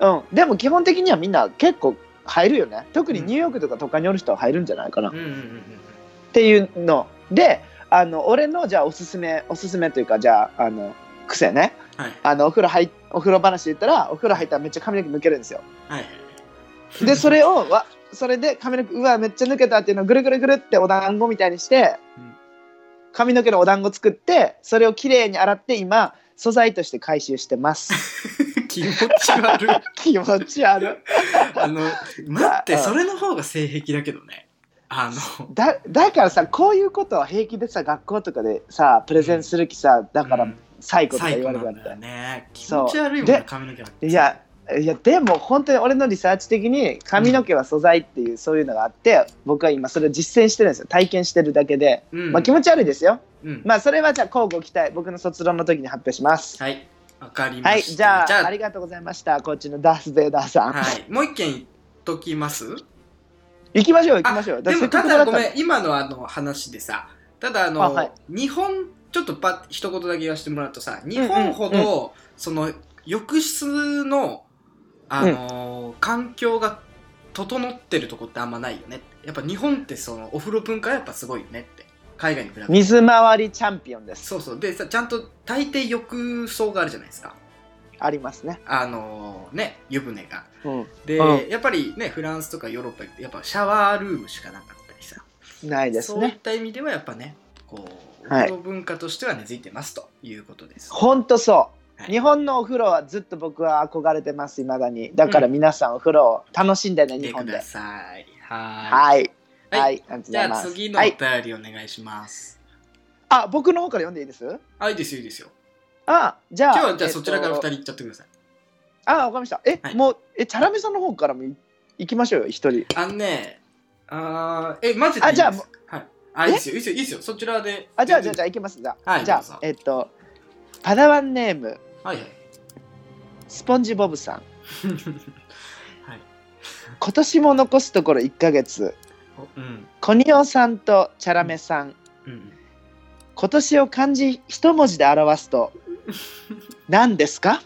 うん、でも基本的にはみんな結構入るよね特にニューヨークとか都会におる人は入るんじゃないかな
うんうんうんうん
っていうのであの俺のじゃあおすすめおすすめというかじゃああの癖ね
はい
あのお風呂入お風呂話で言ったらお風呂入ったらめっちゃ髪の毛抜けるん
<laughs>
ですよ
はい
でそれをわそれで髪の毛うわめっちゃ抜けたっていうのをぐるぐるぐるってお団子みたいにして
うん
髪の毛のお団子作ってそれをきれいに洗って今素材として回収してます
<laughs> 気持ち
<laughs>
悪い
気持ち悪い
あの待って
うん
それの方が性癖だけどねあの
だだからさこういうことは平気でさ学校とかでさプレゼンする気さだから
うん
最後とか
最
言わ
高
れ
な
るわ
んだよ
けだよ
ね気
そう
持ち悪いもん
で
ね髪の毛なんて
いやいやでも本当に俺のリサーチ的に髪の毛は素材っていうそういうのがあって僕は今それを実践してるんですよ体験してるだけで、
うん
まあ、気持ち悪いですよ
うん
まあそれはじゃあ交互期待僕の卒論の時に発表します
はいわかりました
はいじゃああり
が
がとうございましたこっちのダース・ベイダーさん、
はいもう一件言っときます
行きましょう行き
あ
ましょう
でもた
せっ
だ
かく
ごめ
ら
ん今のあの話でさただあの
あはい
日本ちょっとパッ一言だけ言わせてもらうとさ日
うん
本ほどその浴室のあのー環境が整ってるとこってあんまないよねやっぱ日本ってそのお風呂文化やっぱすごいよねって海外に比べて
水回りチャンピオンです
そうそうでさちゃんと大抵浴槽があるじゃないですか
ありますね、
あのーね湯船が
う
で、
う
やっぱりねフランスとかヨーロッパ行くとやっぱシャワールームしかなかったりさ
ん、ないです
そういっ
ね
た意味ではやっぱねこうお
はい
風呂文化としては根付いてますということです、
ほんとそう、
はい
日本のお風呂はずっと僕は憧れてますいまだにだから皆さんお風呂を楽しんでね、
見
日
てく
本
だ
で
さいは
はい
い、
はい、ありがとうご
じ
ざい
ゃ
ま
あ
す。
次のお
は
便
い、
りお願いします、
あ、僕の方から読んでいいです。
あいいですよいいですよ
あ、じゃあ、
今日はじゃあ
えっと
そちらから2人。行っちゃってください、
あ、わかりました。え、
はい
もう、え、チャラメさんの方からもい行きましょうよ、一人。
あのねあーえマジでいい
あ
ん
じゃあ
ですかはいあいいですよいいですよいいですよそちらで
あ、じゃあ、じゃ
全
あ、じ
然
ゃあ、行きます。じゃあ、
はい
じゃ
どうぞ
あ、えっと。パダワンネーム、
はいはい
スポンジボブさん。
はい <laughs>
今年も残すところ1ヶ月。
おうん
コニオさんとチャラメさん。
うん
今年を漢字一文字で表
<laughs>
すと。何ですか。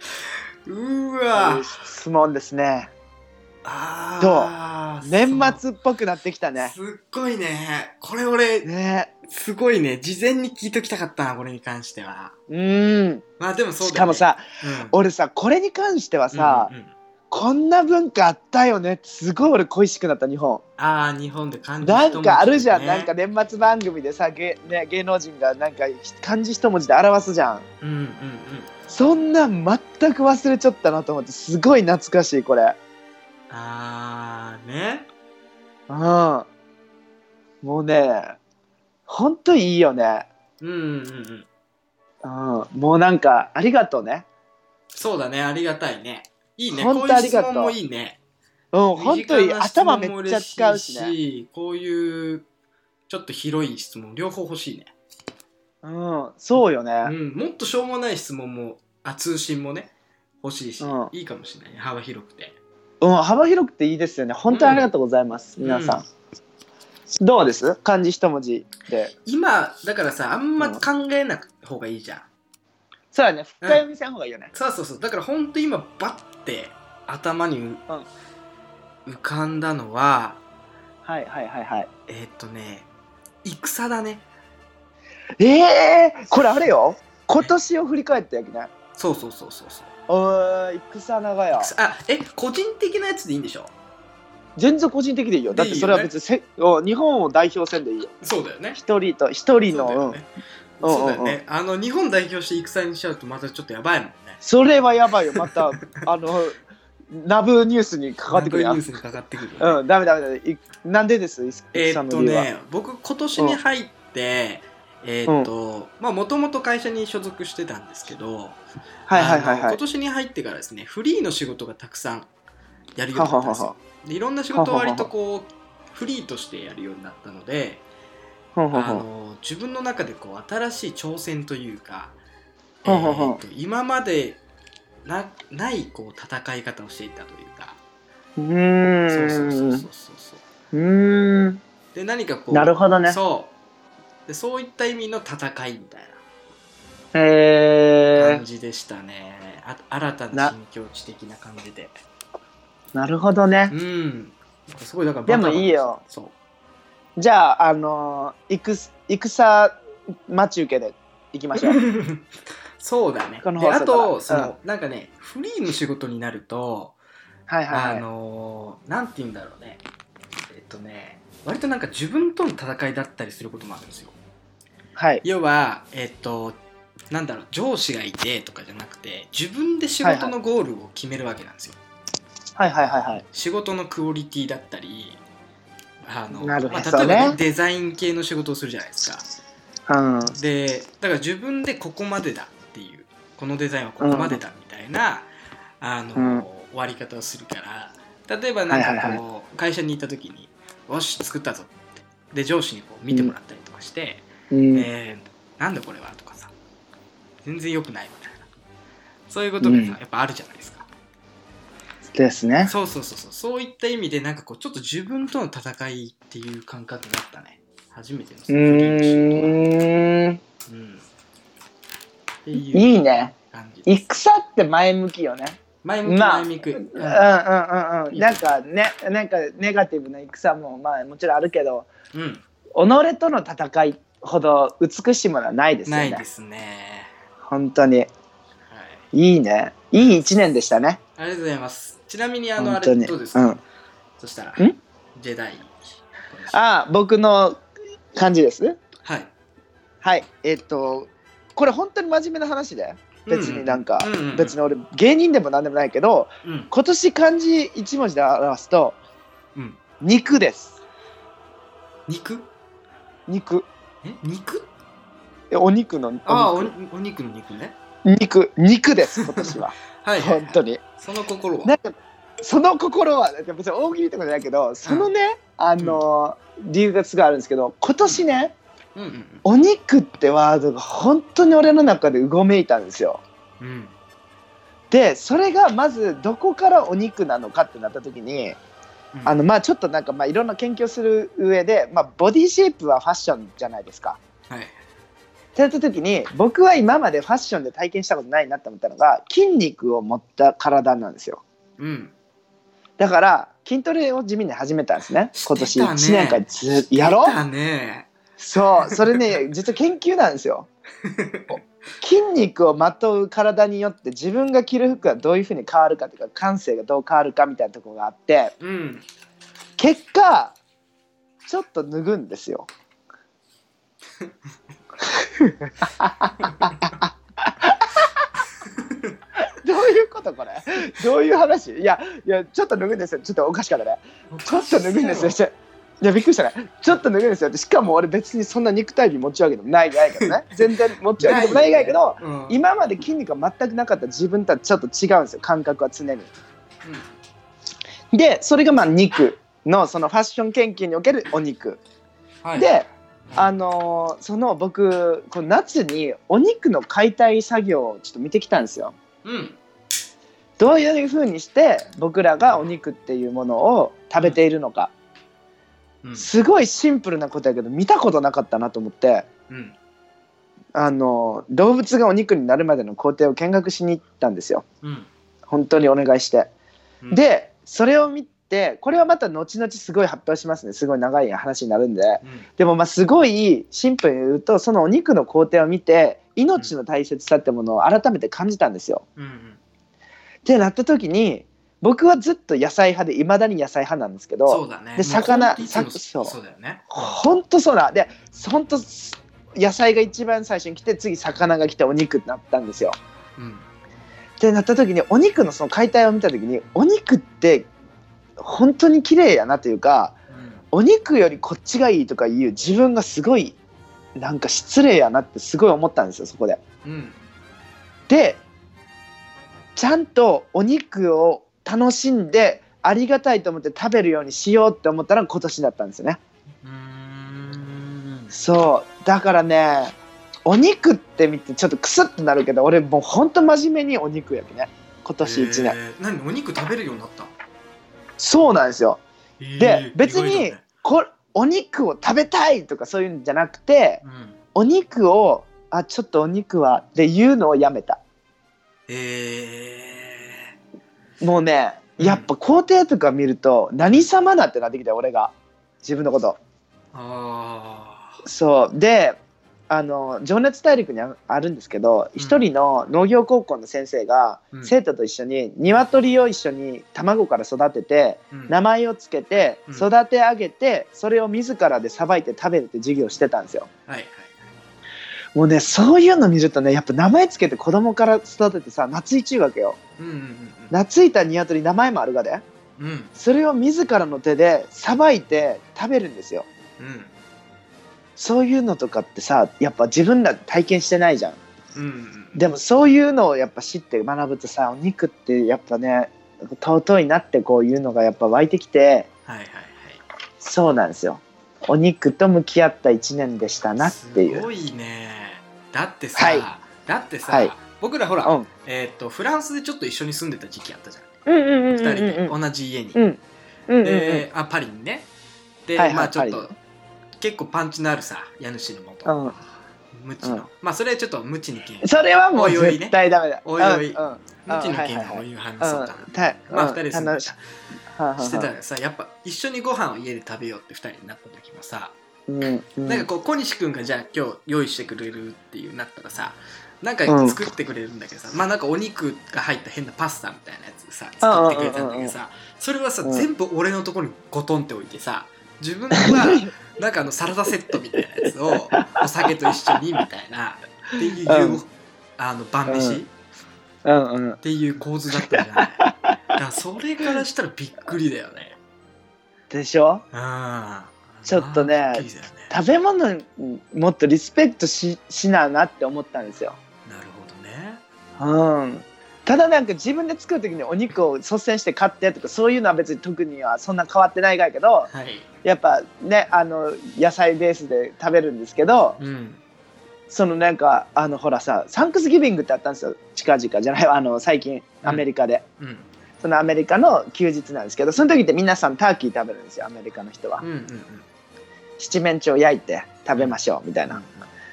うー
と
わ
いう質問ですね。
あー
年
そう
末っぽくなってきたね。
すっごいねこれ俺
ね。
すごいね事前に聞いときたかったなこれに関しては
うん。
まあでもそうだ、ね、
しかもさ、
うん、
俺さこれに関してはさ、
うんうん
今こんな文化あったよねってすごい俺恋しくなった日本
ああ日本で漢字
な
一文字と
ん
ね
かあるじゃん、なんか年末番組でさ芸,、ね、芸能人がなんか漢字一文字で表すじゃん
うんうんうん
そんなん全く忘れちゃったなと思ってすごい懐かしいこれ
ああね
うんもうねほんといいよね
うんうんうん
うんもうなんかありがとうね
そうだねありがたいねいいね
ほん
ことういう
あり
質
がと
問
う
もいいね
うんほんといい
身近な質問
頭
も
めっちゃ使うし
嬉
ね
いこういうちょっと広い質問両方欲しいね、
うんそうよ
う
ね
ん、もっとしょうもない質問もあ通信もね欲しいし、
うん
いいかもしれないね幅広くて
うん、幅広くていいですよね本当にありがとうございます、
うん
皆さん、どうです漢字一文字で
今だからさあんま考えな方がいいじゃん、
そうだね深読みせん方がいいよね、
そうそうそうだからほんと今バッて頭にう、浮かんだのは
はいはいはいはい
えーっとね戦だね
ええー、これあれよ今年を振り返ってやけね
そうそうそうそうそう
おー戦長屋
あえ個人的なやつでいいんでしょ
全然個人的でいいよだってそれは別にせお日本を代表せんでいいよ
そうだよね
一人と一人
そうだ
の
よ
うん
ねそうだよ
うんうんうん
ねあの日本代表して戦にしちゃうとまたちょっとやばいもんね
それはやばいよま
<laughs>
たあのナブニュースにかかってくるや
なん
ん
かニュースにかかってくるよね、
うんダメダメダメいなんでです
え
戦
ーっ
の
と
理由は、
ね僕今年に入って、えーっとまあもともと会社に所属してたんですけど
はいはいはい
あの
はい
今年に入ってからですねフリーの仕事がたくさんやるようになったんです
はははは
よでいろんな仕事を割とこうフリーとしてやるようになったので
ほん
あ
ほんほん
の自分の中でこう新しい挑戦というか、え
ははは
ーと今までなないこう戦い方をしていたというか
う
そう
ー
そ
ん
うそうそうそうそう
うーん
で何かこう
なるほどね
そうでそういった意味の戦いみたいな
え
感じでしたね、あ新たな
な
新境地的な感じで
ー、なるほどね
うんすごいだから
でもいいよ
そう <laughs>
じゃああのー、戦戦待ち受けでいきま
<laughs>
しょう
そうだね
この
で
放
あ
送からう
と
ん
その、なんかねフリーの仕事になると、
はいはいはい
あのーなんて言うんだろうねえっとね割となんか自分との戦いだったりすることもあるんですよ
はい
要はえっとなんだろう上司がいてとかじゃなくて自分で仕事のゴールを決めるわけなんですよ、
はいはいはいはい
仕事のクオリティだったりあの
なるほど
まあ、例えば、ね
ね
デザイン系の仕事をするじゃないですか
うん
でだから自分でここまでだっていうこのデザインはここまでだみたいな、あの
うん
終わり方をするから例えばなんかこう、
はいはい
会社にいた時に「よし作ったぞ」ってで上司にこう見てもらったりとかして「
うん
えーなんだこれは」とかさ「全然良くない」みたいなそういうことがさ、
うん
やっぱあるじゃないですか。
ですね
そうそうそうそうそういった意味でなんかこうちょっと自分との戦いっていう感覚だったね初めての
う
うん
ーん
っていう
いいね
感じです
戦って前向きよね
前向き
まあ
前向き、うん
うんうんうんうん
いいね
なんかねなんかネガティブな戦もまあもちろんあるけど
うん
己との戦いほど美しいものはないですよ
な
ね
いですね
本当に
はい
いいねいい一年でしたね
ありがとうございますちなみにあのあ
本当
れ
に
どうですか、
うん
そしたら
ん
ジェダイ
あ僕の感じです
はい
はいえっとこれ本当に真面目な話で別になんか
うう
別に俺芸人でも何でもないけど
うん
今年漢字一文字で表すと
うん
肉です
肉
肉
え肉
えお肉のお肉
ああおお肉の肉ね
肉肉です今年は
<laughs> はいはい、
本当に
その心は
なんかその心は別に大喜利とかじゃないけどそのね、あのー理由がすごいあるんですけど今年ね
うんうん
お肉ってワードが本当に俺の中でうごめいたんですよ
うんうん
でそれがまずどこからお肉なのかってなった時に
うん
あのまあちょっとなんかまあいろんな研究をする上で、まあ、ボディシェイプはファッションじゃないですか。
はい
ってなった時に僕は今までファッションで体験したことないなって思ったのが筋肉を持った体なんですよ
うん
だから筋トレを地味に始めたんですね今年
してたね
1年間ずっやろ
だね <laughs>
そうそれね実は研究なんですよ筋肉をまとう体によって自分が着る服がどういうふうに変わるかというか感性がどう変わるかみたいなところがあって
うん
結果ちょっと脱ぐんです
<laughs>
よ。どういうことこれどういう話いやいやちょっと脱ぐんですよちょっとおかしかったね。ちょっと脱ぐんですよ。ちょいやびっくりしたね。ちょっと脱ぐんですよって。しかも俺別にそんな肉体美持ち上げでもないないけどね。全然持ち上げでもないけど、
うん、
今まで筋肉が全くなかった自分とはちょっと違うんですよ。感覚は常に。で、それがまあ肉のそのファッション研究におけるお肉。
はい、
で、あのーその僕、この夏にお肉の解体作業をちょっと見てきたんですよ。
うん
どういうふうにして僕らがお肉っていうものを食べているのか。
うん
すごいシンプルなことやけど見たことなかったなと思って
うん
あの動物がお肉になるまでの工程を見学しに行ったんですよ
うん
本当にお願いして、
うん
でそれを見てこれはまた後々すごい発表しますねすごい長い話になるんで
うん
でもまあすごいシンプルに言うとそのお肉の工程を見て命の大切さってものを改めて感じたんですよ
うんうん
ってなった時に僕はずっと野菜派でいまだに野菜派なんですけど
そうだね
で魚
もうこう言っていつも
さそ
そ
う
うだよね
ほんとそうだでほんと野菜が一番最初に来て次魚が来てお肉になったんですよ。
うん
ってなった時にお肉のその解体を見た時にお肉って本当に綺麗やなというか
うん
お肉よりこっちがいいとかいう自分がすごいなんか失礼やなってすごい思ったんですよそこで。
うん
でちゃんとお肉を楽しんでありがたいと思って食べるようにしようって思ったら今年だったんですよね。
うーん
そうだからねお肉って見てちょっとクスッとなるけど俺もうほんと真面目にお肉やけね今年1
え
年、
ー何お肉食べるようになった
そうなんですよ
えー
別に
意外だね
こお肉を食べたいとかそういうんじゃなくて
うん
お肉をあちょっとお肉はっていうのをやめた
え
もうね
うん
やっぱ工程とか見ると何様だってなってきたよ俺が自分のこと
ーあ
そうであの情熱大陸にああるんですけど
うん
一、人の農業高校の先生が、
うん
生徒と一緒に鶏を一緒に卵から育てて
ーうん
名前をつけて
うん
育て上げて、それを自らでさばいて食べるって授業をしてたんですよ。
はいはい
もうねそういうの見るとねやっぱ名前つけて子供から育ててさ夏いちゅうわけよ
うん
懐いた鶏名前もあるがで
うんうんうん
それを自らの手でさばいて食べるんですよ
うん
そういうのとかってさやっぱ自分ら体験してないじゃん
うん
でもそういうのをやっぱ知って学ぶとさお肉ってやっぱね尊いなってこういうのがやっぱ湧いてきて
はいはい
そうなんですよお肉と向き合った1年でした
は
ないってい
す
う
ごいねだってさ、
はい
だってさ、
はい
僕らほら、
うん
えっとフランスでちょっと一緒に住んでた時期あったじゃん
うんうんうんうん
二人で同じ家に、
うんうんうん
であパリにねで、
はいはい
まあちょっ
パ
と結構パンチのあるさ家主のもと、
うん
無知の、
うん
まあそれちょっと無知に金
それはも
お
う
いおいね
絶対ダメだ
おいおい
うんうんうん
無知の
はいは
金
いは
の
い
お湯はみ
う
そ
ん
だ、
た
まあ
う
二
ん
人で住んでた
楽
じ
し
ゃん
はんはんはん
してたらさやっぱ一緒にご飯を家で食べようって二人になった時もさ、
うんうん
なんかこう小西君がじゃあ今日用意してくれるっていうなったらさなんか
うん
作ってくれるんだけどさ、まあなんかお肉が入った変なパスタみたいなやつさ作ってくれたんだけどさそれはさ、
うん
全部俺のところにゴトンって置いてさ自分はなんかあのサラダセットみたいなやつ
<laughs>
をお酒と一緒にみたいなっていう、
うん
あの晩飯、
うん
っ
<coughs> うんうん
ていう構図だったじゃないだからそれからしたらびっくりだよね
でしょ
うん
ちょっとね
びっくりだよね
食べ物にもっとリスペクトししなあなって思ったんですよ
なるほどね
うん、ただなんか自分で作る時にお肉を率先して買ってとかそういうのは別に特にはそんな変わってないがやけど
はい
やっぱねあの野菜ベースで食べるんですけど
うん
そのなんかあのほらさサンクスギビングってあったんですよ近々じゃないあの最近アメリカで、
うん
そのアメリカの休日なんですけどその時って皆さんターキー食べるんですよアメリカの人は
うんうんうん
七面鳥焼いて食べましょうみたいな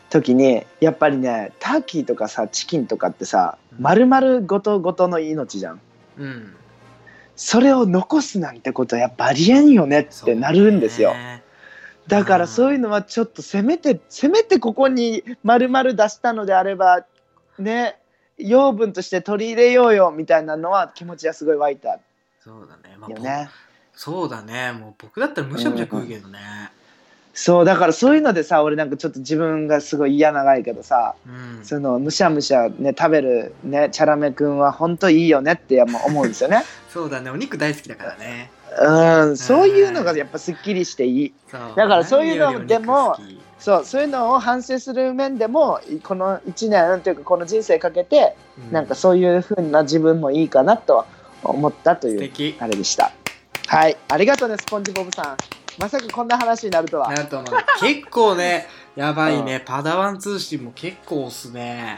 時にやっぱりねターキーとかさチキンとかってさ丸々ごとごとの命じゃん
うんうん
それを残すなんてことはやっぱありえんよねってなるんですよ。
ね
だからそういうのはちょっとせめてせめてここに丸々出したのであればね養分として取り入れようよみたいなのは気持ちはすごい湧いた
そうだね。まあ、
よ
ぼ
ね。
そうだね。もう僕だったらむしゃむしゃ食うけどね。
そうだからそういうのでさ俺なんかちょっと自分がすごい嫌長いけどさ
うん。
そのむしゃむしゃね食べるねチャラメくんは本当いいよねってやっぱ思うんですよね。
そうだね。お肉大好きだからね。
うんそういうのがやっぱすっきりしていい。
そうだ
からそういうのでも
うん。
そうそういうのを反省する面でもこの1年というかこの人生かけてなんかそういう風な自分もいいかなと思ったと
素
いう
敵
あれでした。はいありがとうねスポンジボブさん。まさかこんな話になるとは。
なると思う。結構
<laughs>
ね、やばいね。パダワン通信も結構押すね。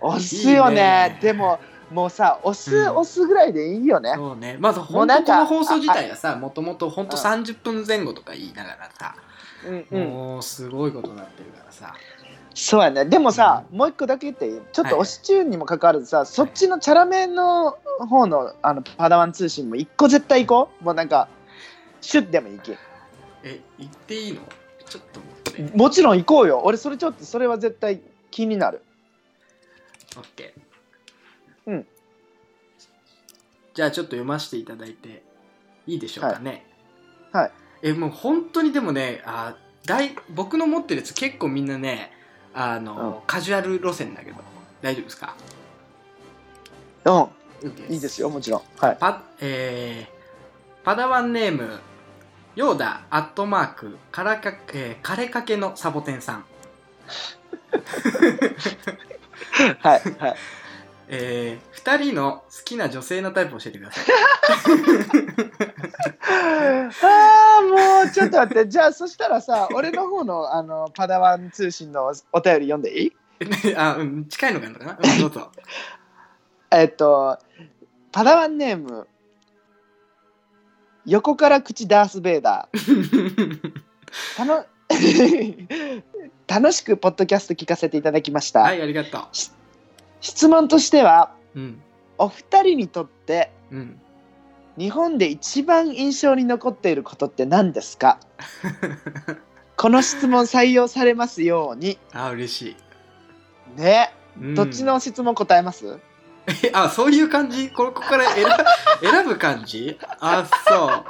押すよ
い
ね
いね
でももうさ押す、
うん
押すぐらいでいいよね
そうね。まず、
もう
本当
なん
こ
か
の放送自体はさ、もともと本当
うん
30分前後とか言いながらさ、
うんうん
もうすごいことになってるからさ。
そうやねでもさ、
う
もう一個だけ言っていいちょっ
はい
と押し中にも関わるさ、そっちのチャラメの方のあのパダワン通信も一個絶対行こうもうなんかシュッでもいいき
え、言っていいのちょっと待って。
もちろん行こうよ俺それちょっとそれは絶対気になる
オッケー
うん
じゃあちょっと読ませていただいていいでしょうかね
はいはい
えもう本当にでもねあ大僕の持ってるやつ結構みんなねあの、カジュアル路線だけど大丈夫ですか
う
OK で
んいいですよもちろん
<laughs>
はい
パ,、えーパダワンネームヨーダアットマークからか、えー、枯れかけのサボテンさん
はいはい
えー、2人の好きな女性のタイプ教えてください <laughs>
あーもうちょっと待ってじゃあそしたらさ俺の方のあのパダワン通信のお便り読んでいい
えあ、うん、近いのがあるのかな、うん、どうぞ。
えっと、パダワンネーム、横から口ダース・ベイダー。たの <laughs> 楽しくポッドキャスト聞かせていただきました。
<laughs> はい、ありがと
質問としては、
う。うん、
お二人にとって
うん。
日本で一番印象に残っていることって何ですかこの質問採用されますように。
<laughs> あ、嬉しい。
ね、
うん
どっちの質問答えます
<laughs> えあ、そういう感じこれここから
<laughs>
選選ぶ感じあ、そう。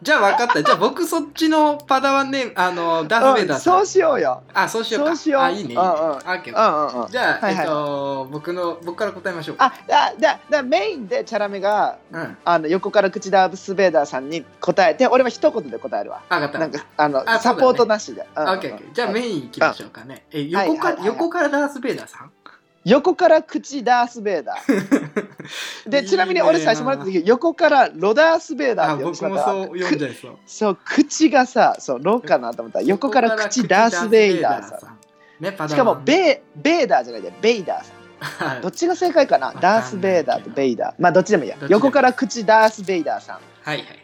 じゃあ分かった。じゃあ僕そっちのパダワンネーム、あの、ダース・ベイダー
うん
さん。
そうしようよ。
あ、そうしようか。
そうしよう
あ、いいね。いいね
うんうん
あ OK
うんうんうん。
じゃあ、
はいはい
えっと、僕の、僕から答えましょうか。
あ、だ、だ、だ、メインでチャラメが、
うん。あ、
あの横から口ダースベイダーさんに答えて、俺は一言で答えるわ。
分かった。
なんか、あの、
あそうだね
サポートなしで。うん
あオッケーオッケーじゃあメイン行きましょうかね。え
はい
横か、
はいはいはい
横からダース・ベイダーさん
横から口ダースベイダ
<laughs>
ー。
いい
で、
ね
ちなみに俺最初もらった時、横からロダースベイダー
あ、
って呼んでし
僕
まっ
も
た
そ
わ。
う読んじゃいそう。
そう、口がさ、そう、ロかなと思ったら、横から口ダースベイダーさん。
ん。ね、パダワン
しかも、ベイ、ベイダーじゃないで、ベイダーさん。
はい
どっちが正解か
か
な
んない
ダースベイダーとベイダー。まあ、どっちでもいいや
どっ。ちでも
横から口ダースベイダーさん。
はいはいはい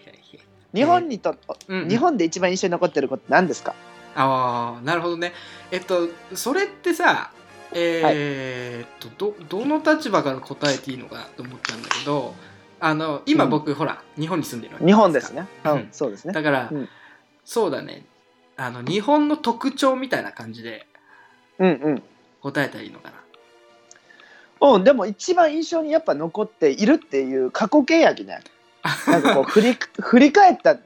日本にとっ、
はい。うん
日本で一番印象に残ってること何ですか
ああなるほどねえっとそれってさえーっと、どどの立場から答えていいのかなと思ったんだけどあの今僕、ほら日本に住んでるわけ
日本ですね。う
うん
ん、そうですね。
だから、
うん
そうだねあの日本の特徴みたいな感じで
うんうん。
答えたらいいのかな
うん、でも一番印象にやっぱ残っているっていう過去形やきね。なんかこう振り <laughs> 振り返った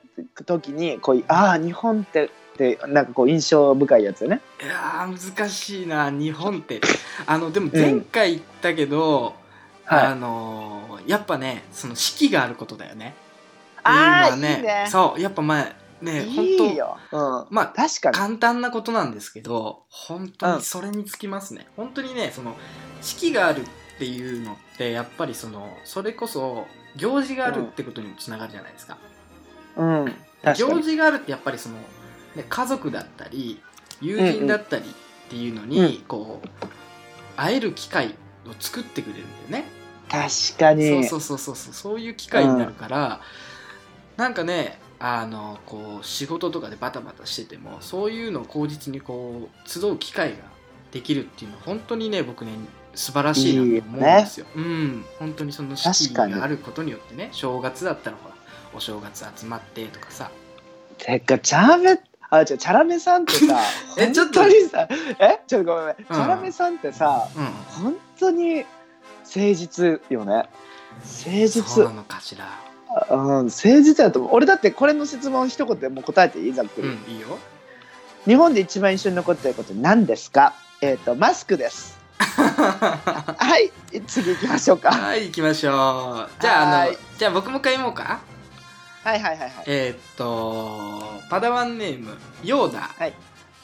時にこうああ日本ってってなんかこう印象深いやつよね。
いやー難しいな日本ってあのでも前回言ったけど、あ
はい。
のーやっぱねその四季があることだよね
ああ
今
いい
ね
ね。
そうやっぱまあね
い
本当
いよ。うん。
まあ
確かに。
簡単なことなんですけど本当にそれにつきますね、本当にねその四季があるっていうのってやっぱりそのそれこそ行事があるってことにもつながるじゃないですか,、
うん。確か
行
に。
事があるってやっぱりその、ね、家族だったり友人だったりっていうのに、
うんうん
こう会える機会を作ってくれるんだよね、
確かに。
そうそうそうそうそうそういう機会になるから、なんかねあのこう仕事とかでバタバタしててもそういうのを口実にこう集う機会ができるっていうのは本当にね僕ね素晴らしいなと思うんですよ。うん本当にその四季
確かに
があることによってね正月だったらほらお正月集まってとかさ、
てかチャーベあ、じゃあチャラメさんってさ
<laughs> えちょっと
本当にさ、え、ちょっとごめんごめん。チャラメさんってさ、
うん
本当に誠実よね。誠
そう
実
な。のかしら
うん、誠実だと思う。俺だってこれの質問一言でもう答えていいざっ
う
くり。
んいいよ
日本で一番印象に残っていること何ですかえっ、と、マスクです。
は
はい、次行きましょうか。
い行きましょうじゃああ
は
の
い
じゃあ僕もう一回読もうか
はいはいはいはい。
えーっとパダワンネームヨーダ、
はい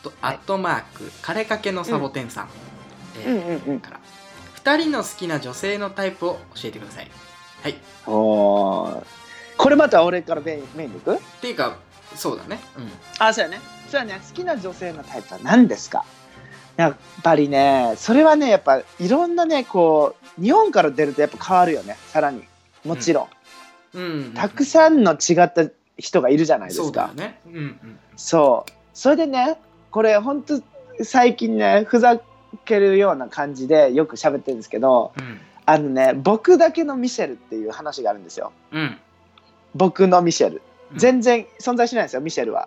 とア
はい
ットマーク枯れかけのサボテンさん、え
う
ー
んうんうん。
から2人の好きな女性のタイプを教えてくださいはいっ
おーこれまた俺からメインメインでいく
ていうかそうだねうん
あそうやねそうやね好きな女性のタイプは何ですかやっぱりねそれはねやっぱいろんなねこう日本から出るとやっぱ変わるよねさらにもちろん、
うん、
たくさんの違った人がいるじゃないですか
そうだよねうんうん
そうそれでねこれほんと最近ねふざけるような感じでよく喋ってるんですけど
うん
あのね僕だけのミシェルっていう話があるんですよ
うん
僕のミシェル
うん
全然存在しないんですよミシェルは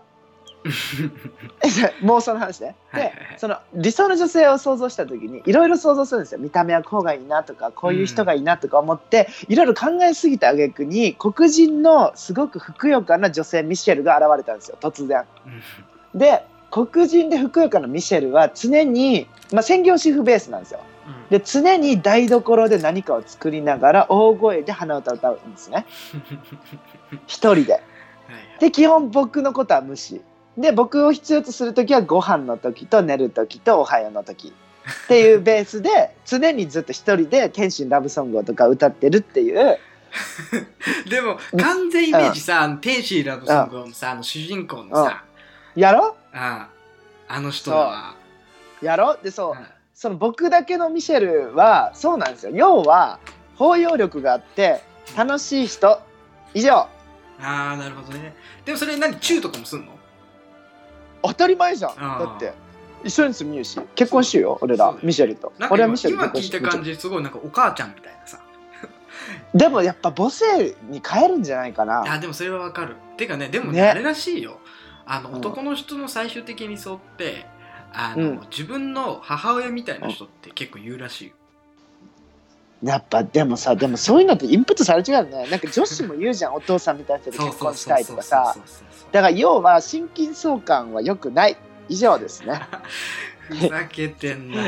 <laughs> 妄想の話ね、
はいはいは
で
い
その理想の女性を想像した時にいろいろ想像するんですよ見た目はこうがいいなとかこういう人がいいなとか思っていろいろ考えすぎた挙句に黒人のすごくふくよかな女性ミシェルが現れたんですよ突然。
うん
で黒人でふくよかなミシェルは常に、まあ、専業主婦ベースなんですよ
<laughs> うん
で常に台所で何かを作りながら大声で鼻歌を歌うんですね一人で
はいはい
で基本僕のことは無視で僕を必要とする時はご飯の時と寝る時とおはようの時っていうベースで常にずっと一人で天心ラブソングとか歌ってるっていう
でも完全イメージさ、あの天使ラブソングのさ、あの主人公のさ、
やろ
あああの人だわ。
やろでそう
うん
その僕だけのミシェルはそうなんですよ要は包容力があって楽しい人以上
ああ、なるほどね。でもそれ何、チューとかもすんの
当たり前じゃん
あー
だって一緒に住みよし結婚しようよ俺
そう
ら
だよ
ミシェルと
なんか
俺は
今
ミシェル
今
と結
聞
婚
いた
して
感じ、すごいなんかお母ちゃんみたいなさ。
でもやっぱ母性に変えるんじゃないかな
あーでもそれはわかる。てかね、でもね、
ね
あれらしいよ。あの
うん
男の人の最終的にそうって、あの、
うん自
自分の母親みたいな人って結構言うらしいよ。
やっぱでもさでもそういうのってインプットされちゃうよねなんか女子も言うじゃんお父さんみたいな人と
そう
結
そう
婚し
そう
たい
そ
と
う
かさ
そうそうそう
だから要は心筋相関は良くない以上で
<laughs>
すね
ふざけてんな。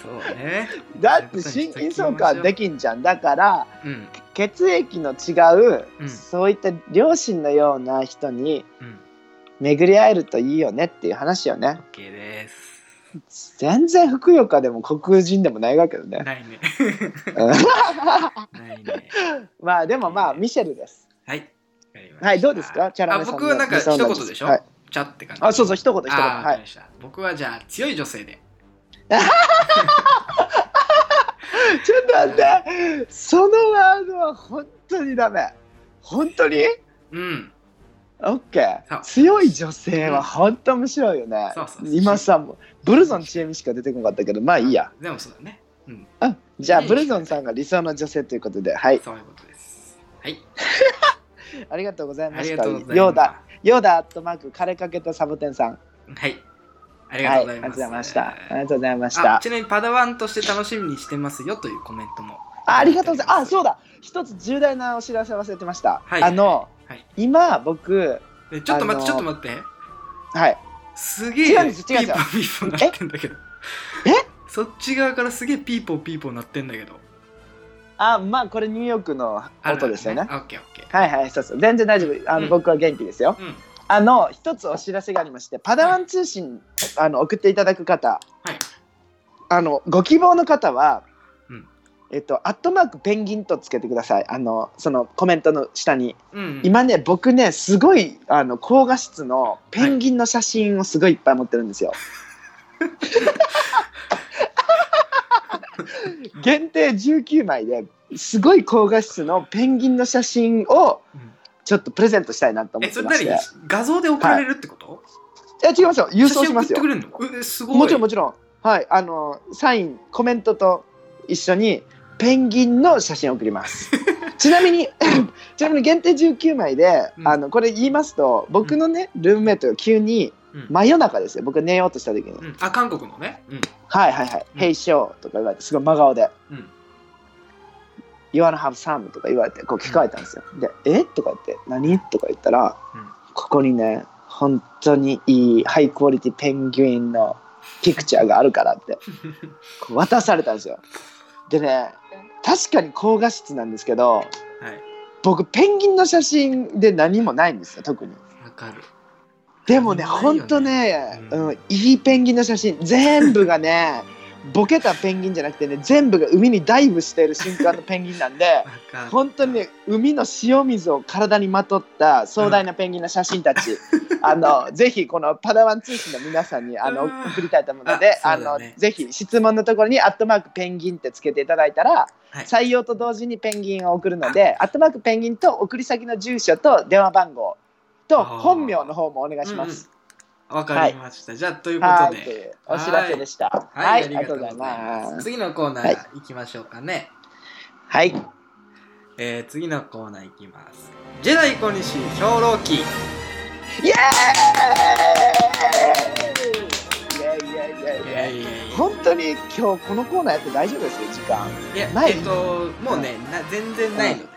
そうね。
だって心筋相関できんじゃんだから
うん。
血液の違う、
うん
そういった両親のような人に
うん。
巡り合えるといいよねっていう話よね
OK です。
全然ふくよかでも黒人でもないわけどね
ないね。
うん <laughs>
ないね。
まあでもまあミシェルです
はい。わかりました
はいどうですかチャラ
あ、
メさんの
僕はなんか
理想
一
の
言でしょ、
はい
ちゃって感じ。
あそうそう一言一言
あわか
は
り
い
ました。僕はじゃあ、強い女性で。
ちょっと待って、そのワードは本当にダメ。本当に
うん。
オッケ
そう
ー。強い女性は本当面白いよね
そうそう。そう
今さ、もうブルゾンちえみしか出てこなかったけど、まあいいや。。
でもそうだね。うん。
うん、じゃあ、
いい
ブルゾンさんが理想の女性ということで、はい。
そういうことです。はい。
ありがとうござい
あ
ま
り
し
が
た。
とうございます。
ヨーダ、ヨーダアットマーク、枯れかけたサボテンさん。
はい。あり
は
がとう
い、
ござ
あり
いま
がとうご
す。
ざいました。ありがとうございました。
あちなみにパダワンとして楽しみにしてますよというコメントも
あありがとうございます。あ、そう
だ、
だ。一つ重大なお知らせ忘れてました。
はい
あの、
はい
今、僕、
えちょっと待ってちょ
あ
っ
の
と待って
はい。
すげえ
違うんです
ピ
違うん
ー
で
ポ
す
ーピーポーなってんだけど
え
そっち側からすげえピーポーピーポーなってんだけど
あ、まあ、これニューヨークの
ある
音ですよね
あ。オッケーオッケー
はいはい、そうそう。全然大丈夫。あの、
うん
僕は元気ですよ。
うん
あの、一つお知らせがありまして、パダワン通信、あの、送っていただく方、
はい
あの、ご希望の方は、
うん
えっと、アットマークペンギンとつけてください。あの、そのコメントの下に。
うん
今ね、僕ね、すごい、あの、高画質のペンギンの写真をすごいいっぱい持ってるんですよ。 <laughs> 限定19枚ですごい高画質のペンギンの写真を
うん
ちょっとプレゼントしたいなと思
え
っ
そ
て
れ
まして
何画像で送られるってこと
いや違いますよ郵送します
写真送って
よ
くれるのうえすごい
もちろんもちろんはい
<laughs>
あのサインコメントと一緒にペンギンの写真を送りますちなみに <laughs> ちなみに限定19枚で、
うん
あのこれ言いますと僕のね、ルームメイトが急に
うん
真夜中ですよ僕が寝ようとした時に「
うんあ韓国のねうん
はいはいはい、
うん
ヘイショー」とか言われてすごい真顔で
うん
「You wanna have some」とか言われてこう聞かれたんですよ、で「えとか言って「何?」とか言ったら、
うん
ここにね本当にいいハイクオリティペンギュインのピクチャーがあるからってこう渡されたんですよでね確かに高画質なんですけど
はい
僕ペンギンの写真で何もないんですよ特に
わかる
でもね
ないよね
本当ね、
うん
うん、いいペンギンの写真全部がねボケたペンギンじゃなくてね全部が海にダイブしている瞬間のペンギンなんで
わかる
本当にね海の塩水を体にまとった壮大なペンギンの写真たち、あのぜひこのパダワン通信の皆さんにあの
うん
送りたいと思うので
あ
あ、
そうだ
の
ね
ぜひ質問のところに「アットマークペンギン」ってつけていただいたら、
はい
採用と同時にペンギンを送るので「アットマークペンギン」と送り先の住所と電話番号と
あー
本名の方もお願いします。
うんうんわかりましたじゃあというこ
はい
と
とい
で
うお知らせでした。
は
はい、
いあり
あり
が
が
と
と
う
う
ござ
ござ
い
い
ま
ますす。
次のコーナー行きましょうかね
はい、
えー次のコーナー行きますジェダイ小西兵糧記
イエ
い
ーイイエーイイエーイイエーイイエーイ
やいやいや
本当に今日このコーナーやって大丈夫ですよ時間
いや
ない
えっともうねな全然ないのでね、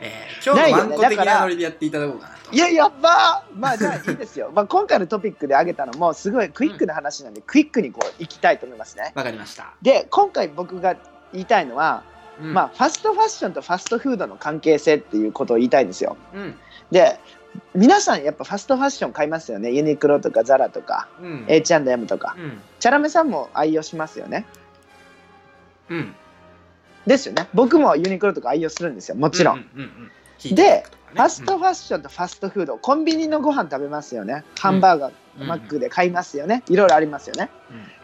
えー今
ない
日の
よ
ワ
ね
ンコ的
だから
なノリでやっていただこうかなと
いややっばーまあじゃあいいで
<laughs>
すよまあ今回のトピックで挙げたのもすごいクイックな話なんで、クイックにこういきたいと思いますね
わかりました、
で今回僕が言いたいのは、
うん、
まあファストファッションとファストフードの関係性っていうことを言いたいんですよ
うん
で皆さんやっぱファストファッション買いますよねユニクロとかザラとか
うん、
H&M とか
うん
チャラメさんも愛用しますよね
うん
ですよね僕もユニクロとか愛用するんですよもちろ
う
ん、
ううんうん
でフ
ファ
ァストファッションとファストフード、コンビニのご飯食べますよねハンバーガー、
うん
マックで買いますよねいろいろありますよね、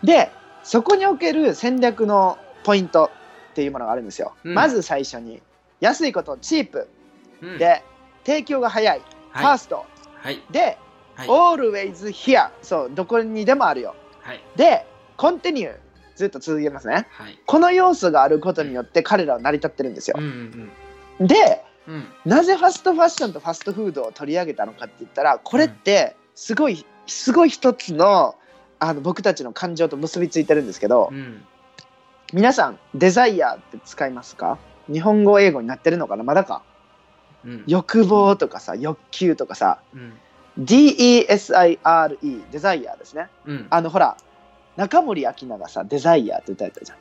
う
でそこにおける戦略のポイントっていうものがあるんですよ、
うん
まず最初に安いことチープ
うん
で、提供が早い、
はい
ファースト
はい
で、
はい
always here そうどこにでもあるよ
はい
で continue ずっと続けますね
はい
この要素があることによって彼らは成り立ってるんですよ
うん、うん
で
うんうん
なぜファストファッションとファストフードを取り上げたのかって言ったらこれってすごいすごい一つのあの僕たちの感情と結びついてるんですけど
うん
皆さんデザイアって使いますか日本語英語になってるのかなまだか
うん
欲望とかさ欲求とかさ
うん、
DESIRE デザイアですね
うん、
あのほら中森明菜がさデザイアって歌えたじゃん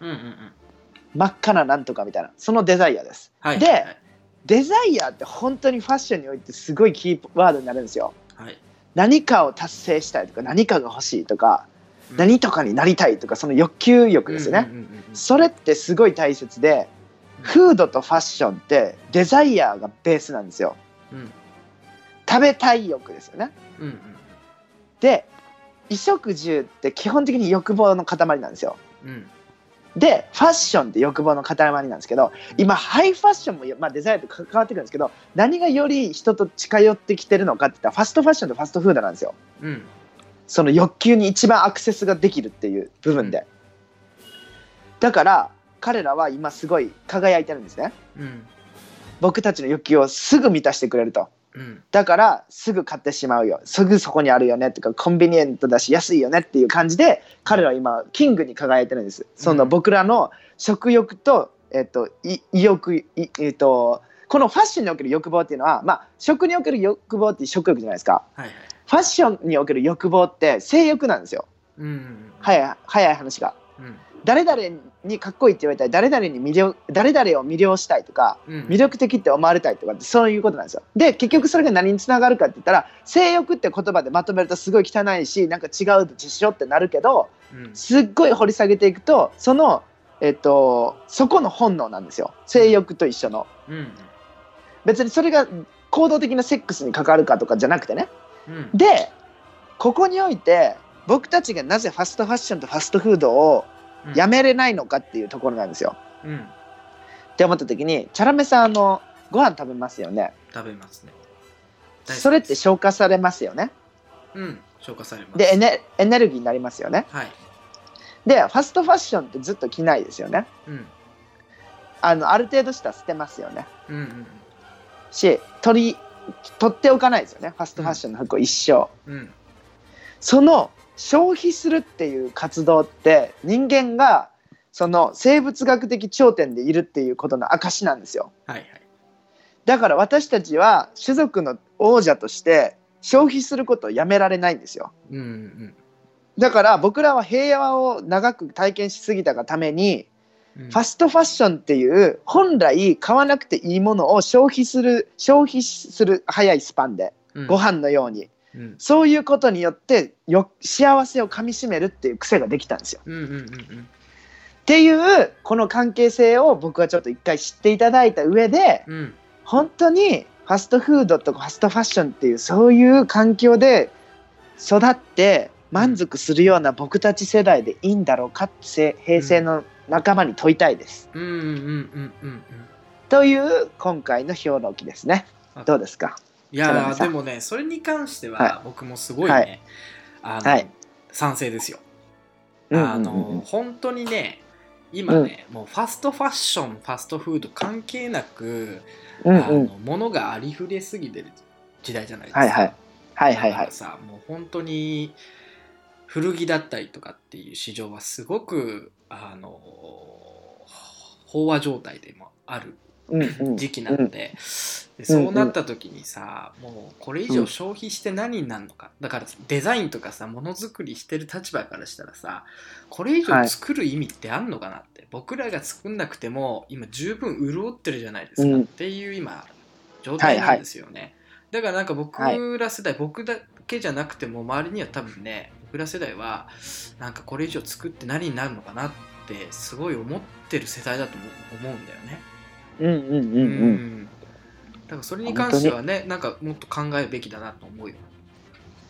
うんうんうん
真っ赤ななんとかみたいなそのデザイアです
はい
で
はい
デザイアって本当にファッションにおいてすごいキーワードになるんですよ
はい
何かを達成したいとか何かが欲しいとか、
うん
何とかになりたいとかその欲求欲ですよね、
うんうんうんうん
それってすごい大切で、
うん
フードとファッションってデザイアがベースなんですよ
うん
食べたい欲ですよね
うん
で衣食住って基本的に欲望の塊なんですよ
うんうん
でファッションって欲望の塊なんですけど今ハイファッションも、まあ、デザイアと関わってくるんですけど何がより人と近寄ってきてるのかって言ったらファストファッションとファストフードなんですよ
うん
その欲求に一番アクセスができるっていう部分でだから彼らは今すごい輝いてるんですね
うん
僕たちの欲求をすぐ満たしてくれると
うん
だからすぐ買ってしまうよすぐそこにあるよねとかコンビニエントだし安いよねっていう感じで彼らは今キングに輝いてるんですその僕らの食欲と,、えっとい意欲いえっとこのファッションにおける欲望っていうのはまあ食における欲望って食欲じゃないですか
はいはい
ファッションにおける欲望って性欲なんですよ
うんうん
早い早い話が
うん
誰々にかっこいいって言われたい誰々に魅了誰々を魅了したいとか
うん
魅力的って思われたいとかってそういうことなんですよで結局それが何につながるかって言ったら性欲って言葉でまとめるとすごい汚いしなんか違うと自称ってなるけど
うん
すっごい掘り下げていくとそのえっとそこの本能なんですよ性欲と一緒の
うん
別にそれが行動的なセックスに関わるかとかじゃなくてね
うん
でここにおいて僕たちがなぜファストファッションとファストフードを
うん
やめれないのかっていうところなんですよ。
うん
って思った時にチャラメさんあのご飯食べますよね
食べますね大好き
それって消化されますよね
うん消化されます
でエネエネルギーになりますよね
はい
でファストファッションってずっと着ないですよね
うん
あのある程度したら捨てますよね
うんうん
し取り取っておかないですよねファストファッションの服を一生、
うん
その消費するっていう活動って人間がその生物学的頂点でいるっていうことの証なんですよ
はいはい
だから私たちは種族の王者として消費することをやめられないんですよ
うんうん
だから僕らは平和を長く体験しすぎたがために
うん
ファストファッションっていう本来買わなくていいものを消費する消費する早いスパンで
うん
ご飯のように
うん
そういうことによってよ幸せをかみしめるっていう癖ができたんですよ。
うんうんうん
っていうこの関係性を僕はちょっと一回知っていただいた上で
うんうん
本当にファストフードとかファストファッションっていうそういう環境で育って満足するような僕たち世代でいいんだろうかってせ平成の仲間に問いたいです。
うんうんうんうんうん
という今回の評論記ですね
あ。
どうですか
い
田
や
辺
ー
さ
で
ん
もねそれに関して
は
は僕もすごいね、
はい
あの
はい
賛成ですよ。
うん
あの、本当にね今ね、もうファストファッションファストフード関係なく、
うん
あ
う
の
ん
物がありふれすぎてる時代じゃないですか。
はいはいはいはい
だ
は
か
い
ら。さもう本当に古着だったりとかっていう市場はすごくあの飽和状態でもある
うんうん
時期なので,、でそうなった時にさ、もうこれ以上消費して何になるのか、だからデザインとかさものづくりしてる立場からしたらさこれ以上作る意味ってあんのかなって、僕らが作んなくても今十分潤ってるじゃないですか、
うん
っていう今状態なんですよね、だからなんか僕ら世代、僕だけじゃなくても周りには多分ね僕ら世代はなんかこれ以上作って何になるのかなってすごい思ってる世代だと思思うんだよね。
うんうんうん
う
うん。
んだからそれに関してはねなんかもっと考えるべきだなと思うよ。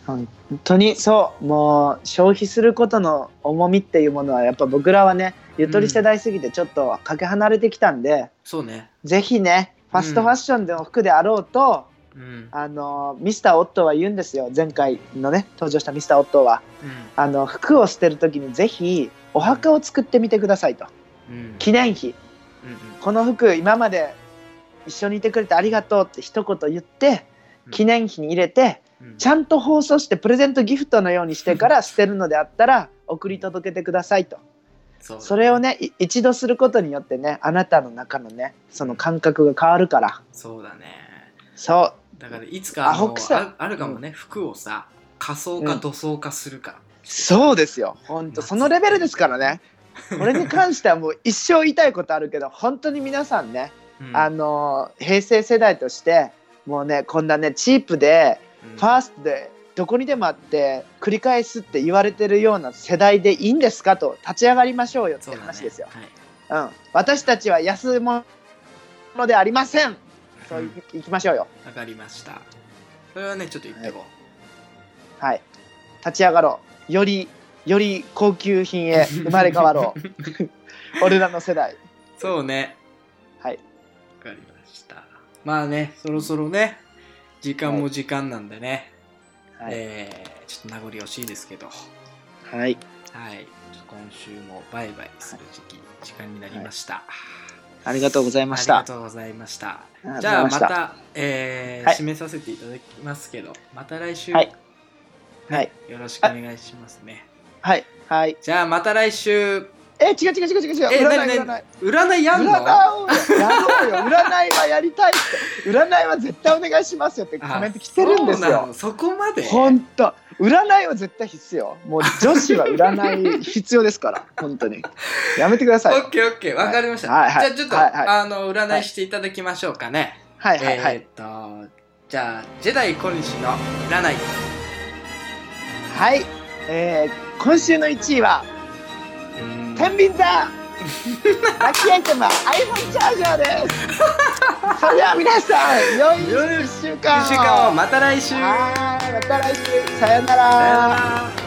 本当にそうもう消費することの重みっていうものはやっぱ僕らはねゆとり世代すぎてちょっとかけ離れてきたんで、
そうね。
ぜひねファストファッションでも服であろうと、
うん。
あのミスターオットーは言うんですよ前回のね登場したミスターオットーはあの服を捨てる時にぜひお墓を作ってみてくださいと
うん。うん。
記念碑
うん
この服今まで一緒にいてくれてありがとうって一言言って記念碑に入れて
うん。
ちゃんと包装してプレゼントギフトのようにしてから捨てるのであったら送り届けてくださいと
そう
それをねい一度することによってねあなたの中のねその感覚が変わるから
そうだね。
そ
だからいつかあ
ア
の
ホ臭い
ああるかもね、服をさ仮想か
うん
塗装化するか。
うそうですよ本当そのレベルですか
<laughs>
らねこれに関してはもう一生言いたいことあるけど本当に皆さんね、
うん
あのー平成世代としてもうねこんなねチープで
うん
ファーストでどこにでもあって繰り返すって言われてるような世代でいいんですかと立ち上がりましょうよって
そうだね
話ですよ。
はい
うん、私たちは安物ではありません。そういいきましょうよ。
わかりました。それはねちょっと言ってこ
はい。立ち上がろう。よりより高級品へ生まれ変わろう。
<laughs>
俺らの世代。
う。そうね。
はい。
わかりました。まあねそろそろね時間も時間なんでね、
はい。
えーちょっと名残惜しいですけど。
はい。
はい、今週もバイバイする時期、時間になりました。
ありがとうございまし
あ
た
りが。とうございました。
ありがとうご
じ
ざ
ゃ
い
あ
ま
ま
した
た、えー
はい
締めさせていただきますけど、また来週、
はいはい。
よろしくお願いしますね。
はい。はい。
じゃあまた来週、
え、違う違う違う違う違う。
え
占い
何
占い。
占いやん
占
の
いをやろうよ。占いはやりたいって。占いは絶対お願いしますよってコメント来てるんです
そうな
よ。
のそこまで
本当占いは絶対必須よもう女子は占い必要ですから本当にやめてくだ
オ <laughs>
さい
ッケーオッケー、わかりました。
はいは
じゃ
い
あちょっと、
はいはい
あの占いしていただきましょうかね。
はいはいはい、
えーっと、じゃあジェダイ小西の占い。
はいえー、今週の1位は天秤座ラッキーアイテムは iPhone チャージャー <laughs> ですそれでは皆さん良い1週間
一週間をまた来週。
はいまた来週さよう
さよ
なら
なら